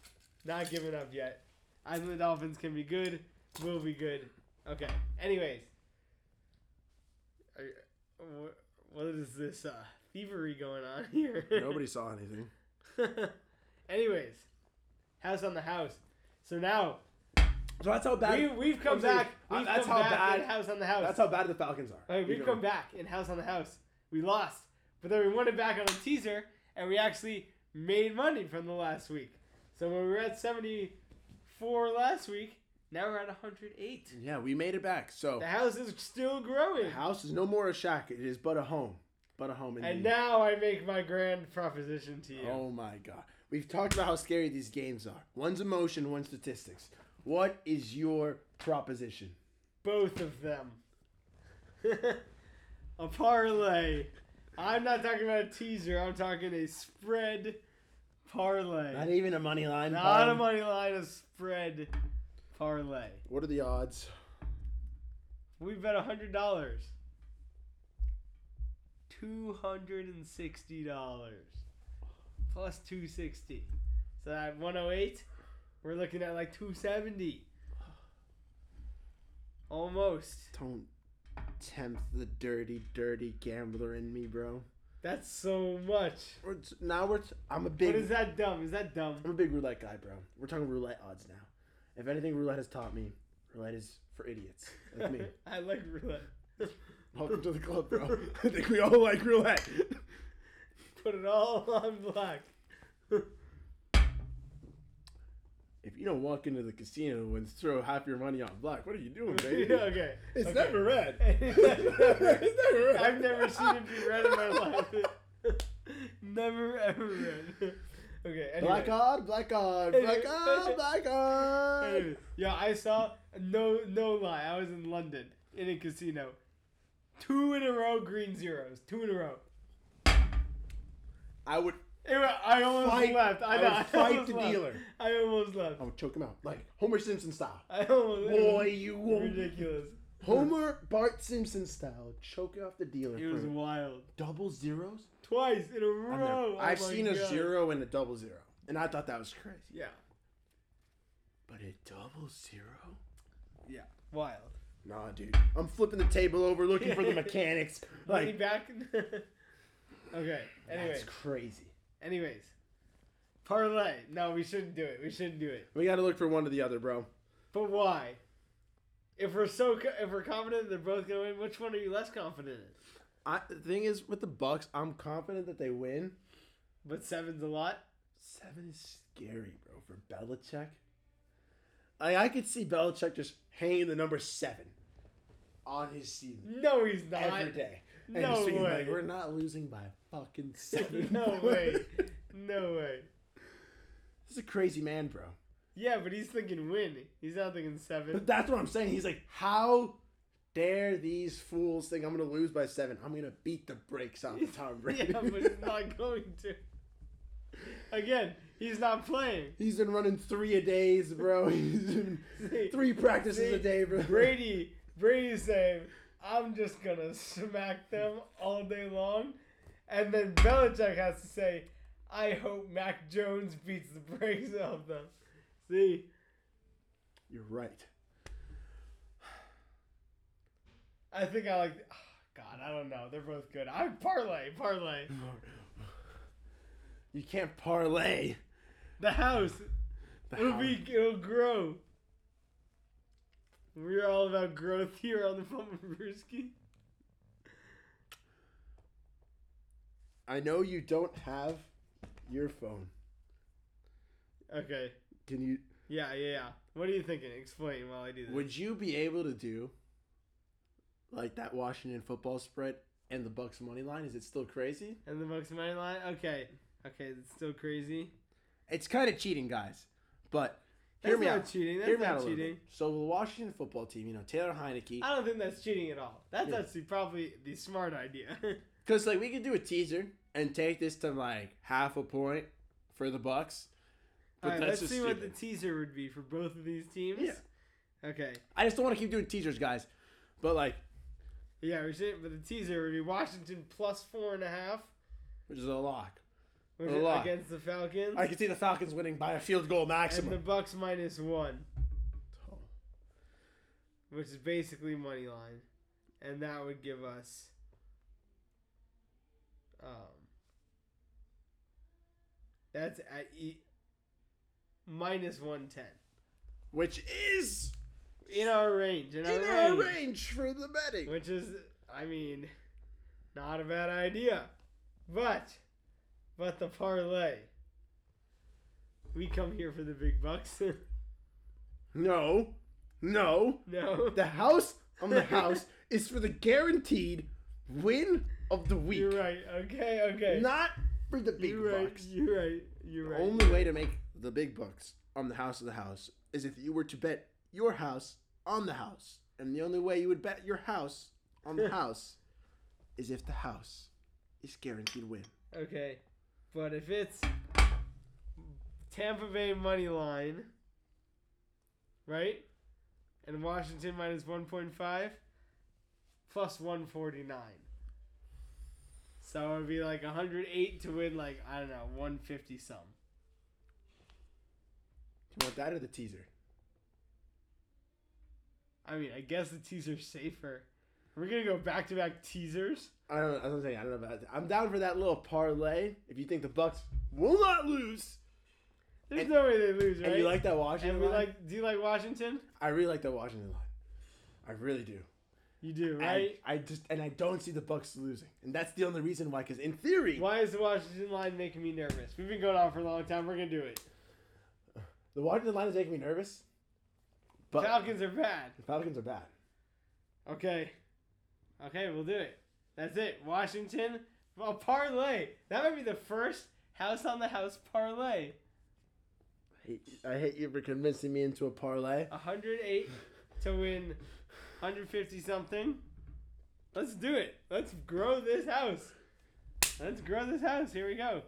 [SPEAKER 3] Not giving up yet. I think the Dolphins can be good. Will be good. Okay. Anyways, Are- wh- what is this uh, thievery going on here?
[SPEAKER 2] Nobody saw anything.
[SPEAKER 3] Anyways, house on the house. So now
[SPEAKER 2] So that's how bad
[SPEAKER 3] we, we've come
[SPEAKER 2] I'm saying,
[SPEAKER 3] back.
[SPEAKER 2] uh,
[SPEAKER 3] We've
[SPEAKER 2] that's how
[SPEAKER 3] come back
[SPEAKER 2] bad-
[SPEAKER 3] in house on the house.
[SPEAKER 2] that's how bad the Falcons are.
[SPEAKER 3] Like, we've
[SPEAKER 2] Either
[SPEAKER 3] come
[SPEAKER 2] way.
[SPEAKER 3] back in House on the House. We lost, but then we won it back on a teaser, and we actually made money from the last week. So when we were at 74 last week, now we're at 108.
[SPEAKER 2] Yeah, we made it back. So
[SPEAKER 3] The house is still growing.
[SPEAKER 2] the house is no more a shack. It is but a home. But a home
[SPEAKER 3] And
[SPEAKER 2] indeed.
[SPEAKER 3] now I make my grand proposition to you.
[SPEAKER 2] Oh my god. We've talked about how scary these games are. One's emotion, one's statistics. What is your proposition?
[SPEAKER 3] Both of them. a parlay. I'm not talking about a teaser. I'm talking a spread parlay.
[SPEAKER 2] Not even a money line.
[SPEAKER 3] Not a
[SPEAKER 2] pal.
[SPEAKER 3] money line, a spread parlay.
[SPEAKER 2] What are the odds?
[SPEAKER 3] We bet a hundred dollars. Two hundred and sixty dollars. Plus two sixty. So at one oh eight, we're looking at like two seventy. Almost.
[SPEAKER 2] Don't tempt the dirty, dirty gambler in me, bro.
[SPEAKER 3] That's so much.
[SPEAKER 2] We're t- now we're. T- I'm a
[SPEAKER 3] What
[SPEAKER 2] big.
[SPEAKER 3] is that dumb? Is that dumb?
[SPEAKER 2] I'm a big roulette guy, bro. We're talking roulette odds now. If anything, roulette has taught me, roulette is for idiots like me.
[SPEAKER 3] I like roulette.
[SPEAKER 2] Welcome to the club, bro. I think we all like roulette.
[SPEAKER 3] Put it all on black.
[SPEAKER 2] If you don't walk into the casino and throw half your money on black, what are you doing, baby?
[SPEAKER 3] okay.
[SPEAKER 2] It's
[SPEAKER 3] okay.
[SPEAKER 2] never red.
[SPEAKER 3] I've never seen it be red in my life. never ever red. okay. Anyway.
[SPEAKER 2] Black odd, black odd, black odd, black odd.
[SPEAKER 3] Anyway, Yeah, I saw no no lie. I was in London in a casino. Two in a row green zeros. Two in a row.
[SPEAKER 2] I would.
[SPEAKER 3] Anyway, I almost
[SPEAKER 2] Fight-
[SPEAKER 3] left.
[SPEAKER 2] I
[SPEAKER 3] I, know,
[SPEAKER 2] would fight
[SPEAKER 3] almost
[SPEAKER 2] the
[SPEAKER 3] left.
[SPEAKER 2] dealer.
[SPEAKER 3] I almost left.
[SPEAKER 2] I would choke him out, like Homer Simpson style.
[SPEAKER 3] I almost. it
[SPEAKER 2] Boy,
[SPEAKER 3] was
[SPEAKER 2] you won't.
[SPEAKER 3] ridiculous.
[SPEAKER 2] Homer Bart Simpson style, choke off the dealer.
[SPEAKER 3] It was
[SPEAKER 2] for
[SPEAKER 3] wild.
[SPEAKER 2] double zeros.
[SPEAKER 3] Twice in a
[SPEAKER 2] I've, never-
[SPEAKER 3] row. Oh
[SPEAKER 2] I've
[SPEAKER 3] my
[SPEAKER 2] seen a
[SPEAKER 3] God.
[SPEAKER 2] zero and a double zero, and I thought that was crazy.
[SPEAKER 3] Yeah.
[SPEAKER 2] But a double zero?
[SPEAKER 3] Yeah. Wild.
[SPEAKER 2] Nah, dude. I'm flipping the table over, looking for the mechanics.
[SPEAKER 3] Money
[SPEAKER 2] Like
[SPEAKER 3] back. okay. Anyway.
[SPEAKER 2] that's crazy.
[SPEAKER 3] Anyways, parlay. No, we shouldn't do it. We shouldn't do it.
[SPEAKER 2] We got to look for one or the other, bro.
[SPEAKER 3] But why? If we're so co- if we're confident they're both gonna win, which one are you less confident in?
[SPEAKER 2] I, the thing is, with the Bucks, I'm confident that they win.
[SPEAKER 3] But seven's a lot.
[SPEAKER 2] Seven is scary, bro, for Belichick. I I could see Belichick just hanging the number seven on his season
[SPEAKER 3] No, he's not.
[SPEAKER 2] every day. And
[SPEAKER 3] No
[SPEAKER 2] just being
[SPEAKER 3] way.
[SPEAKER 2] Like, We're not losing by fucking seven.
[SPEAKER 3] no way. No way.
[SPEAKER 2] This is a crazy man, bro.
[SPEAKER 3] Yeah, but he's thinking win. He's not thinking
[SPEAKER 2] But
[SPEAKER 3] seven.
[SPEAKER 2] that's what I'm saying. He's like, how dare these fools think I'm gonna lose by seven? I'm gonna beat the brakes off of Tom
[SPEAKER 3] Yeah,
[SPEAKER 2] Brady.
[SPEAKER 3] but he's not going to. Again, he's not playing.
[SPEAKER 2] He's been running three a days, bro. He's been
[SPEAKER 3] See,
[SPEAKER 2] three practices
[SPEAKER 3] see,
[SPEAKER 2] a day, bro.
[SPEAKER 3] Brady, Brady's saying, I'm just gonna smack them all day long, and then Belichick has to say, I hope Mac Jones beats the brakes off them. See,
[SPEAKER 2] You're right.
[SPEAKER 3] I think I like. ah, God, I don't know. They're both good. I parlay, parlay.
[SPEAKER 2] You can't parlay.
[SPEAKER 3] The house,
[SPEAKER 2] the
[SPEAKER 3] it'll
[SPEAKER 2] house.
[SPEAKER 3] be, it'll grow. We're all about growth here on the Fumble Brewski.
[SPEAKER 2] I know you don't have your phone.
[SPEAKER 3] Okay.
[SPEAKER 2] Can you?
[SPEAKER 3] Yeah, yeah, yeah. What are you thinking? Explain while I do this.
[SPEAKER 2] Would you be able to do like that Washington football spread and the Bucks money line? Is it still crazy?
[SPEAKER 3] And the Bucks money line. Okay, okay, it's still crazy.
[SPEAKER 2] It's kind of cheating, guys. But hear
[SPEAKER 3] That's
[SPEAKER 2] me
[SPEAKER 3] not
[SPEAKER 2] out.
[SPEAKER 3] cheating. That's
[SPEAKER 2] Hear me out
[SPEAKER 3] not
[SPEAKER 2] a little
[SPEAKER 3] cheating.
[SPEAKER 2] bit. So the Washington football team, you know, Taylor Heineke.
[SPEAKER 3] I don't think that's cheating at all. That's
[SPEAKER 2] Yeah.
[SPEAKER 3] actually probably the smart idea.
[SPEAKER 2] Cause like we could do a teaser and take this to like half a point for the Bucks. But
[SPEAKER 3] Alright,
[SPEAKER 2] that's
[SPEAKER 3] let's
[SPEAKER 2] just
[SPEAKER 3] see what
[SPEAKER 2] stupid.
[SPEAKER 3] the teaser would be for both of these teams.
[SPEAKER 2] Yeah.
[SPEAKER 3] Okay.
[SPEAKER 2] I just don't want to keep doing teasers, guys. But like,
[SPEAKER 3] Yeah, we should, but the teaser would be Washington plus four and a half
[SPEAKER 2] which is a lock.
[SPEAKER 3] which
[SPEAKER 2] A
[SPEAKER 3] is
[SPEAKER 2] lot.
[SPEAKER 3] against the Falcons,
[SPEAKER 2] I can see the Falcons winning by a field goal
[SPEAKER 3] and the
[SPEAKER 2] maximum.
[SPEAKER 3] Bucks minus one, which is basically money line, and that would give us. Um, that's at e- minus one ten
[SPEAKER 2] Which is
[SPEAKER 3] in our range. In,
[SPEAKER 2] in
[SPEAKER 3] our
[SPEAKER 2] our
[SPEAKER 3] range.
[SPEAKER 2] range for the betting.
[SPEAKER 3] Which is, I mean, not a bad idea. But, but the parlay. We come here for the big bucks.
[SPEAKER 2] No, no.
[SPEAKER 3] no.
[SPEAKER 2] The house on the house is for the guaranteed win of the week,
[SPEAKER 3] You're right. Okay, okay.
[SPEAKER 2] not Oh for the big
[SPEAKER 3] you're right.
[SPEAKER 2] bucks.
[SPEAKER 3] You're right. You're right.
[SPEAKER 2] The only way to make the big bucks on the house of the house is if you were to bet your house on the house. And the only way you would bet your house on the house is if the house is guaranteed win.
[SPEAKER 3] Okay. But if it's Tampa Bay money line, right? And Washington minus 1.5 plus 149. So it would be like 108 to win like I don't know, 150 some.
[SPEAKER 2] Do you want that or the teaser?
[SPEAKER 3] I mean, I guess the teaser's safer. We're going to go back to back teasers.
[SPEAKER 2] I don't. I don't think I don't know about that. I'm down for that little parlay. If you think the Bucks will not lose,
[SPEAKER 3] There's
[SPEAKER 2] And-
[SPEAKER 3] no way they lose, right?
[SPEAKER 2] and you like that Washington
[SPEAKER 3] and we
[SPEAKER 2] line,
[SPEAKER 3] like do you like Washington?
[SPEAKER 2] I really like that Washington line. I really do.
[SPEAKER 3] You do,
[SPEAKER 2] And
[SPEAKER 3] right?
[SPEAKER 2] I just and I don't see the Bucks losing, and that's the only reason why. Because in theory,
[SPEAKER 3] Why is the Washington line making me nervous? We've been going on for a long time. We're gonna do it.
[SPEAKER 2] the Washington line is making me nervous. But
[SPEAKER 3] Falcons are bad.
[SPEAKER 2] The Falcons are bad.
[SPEAKER 3] Okay, okay, we'll do it. That's it. Washington, a parlay. That might be the first house on the house parlay.
[SPEAKER 2] I hate- I hate you for convincing me into a parlay.
[SPEAKER 3] 108 to win 150 something. Let's do it. Let's grow this house. Let's grow this house. Here we go.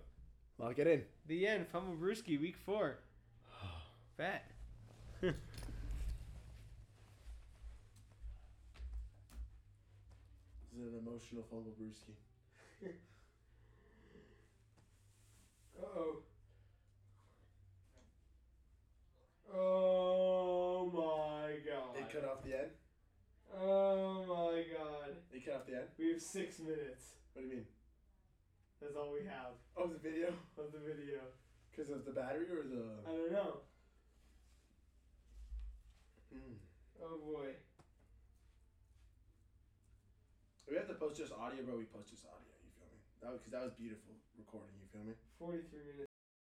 [SPEAKER 2] Lock it in.
[SPEAKER 3] The end. Fumble Brewski, week four. Bet.
[SPEAKER 4] This is an emotional fumble, Brewski.
[SPEAKER 3] Oh. Oh my
[SPEAKER 4] They
[SPEAKER 3] god.
[SPEAKER 4] cut off the end.
[SPEAKER 3] Oh my god.
[SPEAKER 4] They cut off the end.
[SPEAKER 3] We have six minutes.
[SPEAKER 4] What do you mean?
[SPEAKER 3] That's all we have
[SPEAKER 4] Oh, the video?
[SPEAKER 3] of the video.
[SPEAKER 4] Because of the battery or the.
[SPEAKER 3] I don't know.
[SPEAKER 4] Mm.
[SPEAKER 3] Oh boy.
[SPEAKER 4] We have to post just audio, but we post just audio. You feel me? That because that was beautiful recording. You feel me?
[SPEAKER 3] 43 minutes.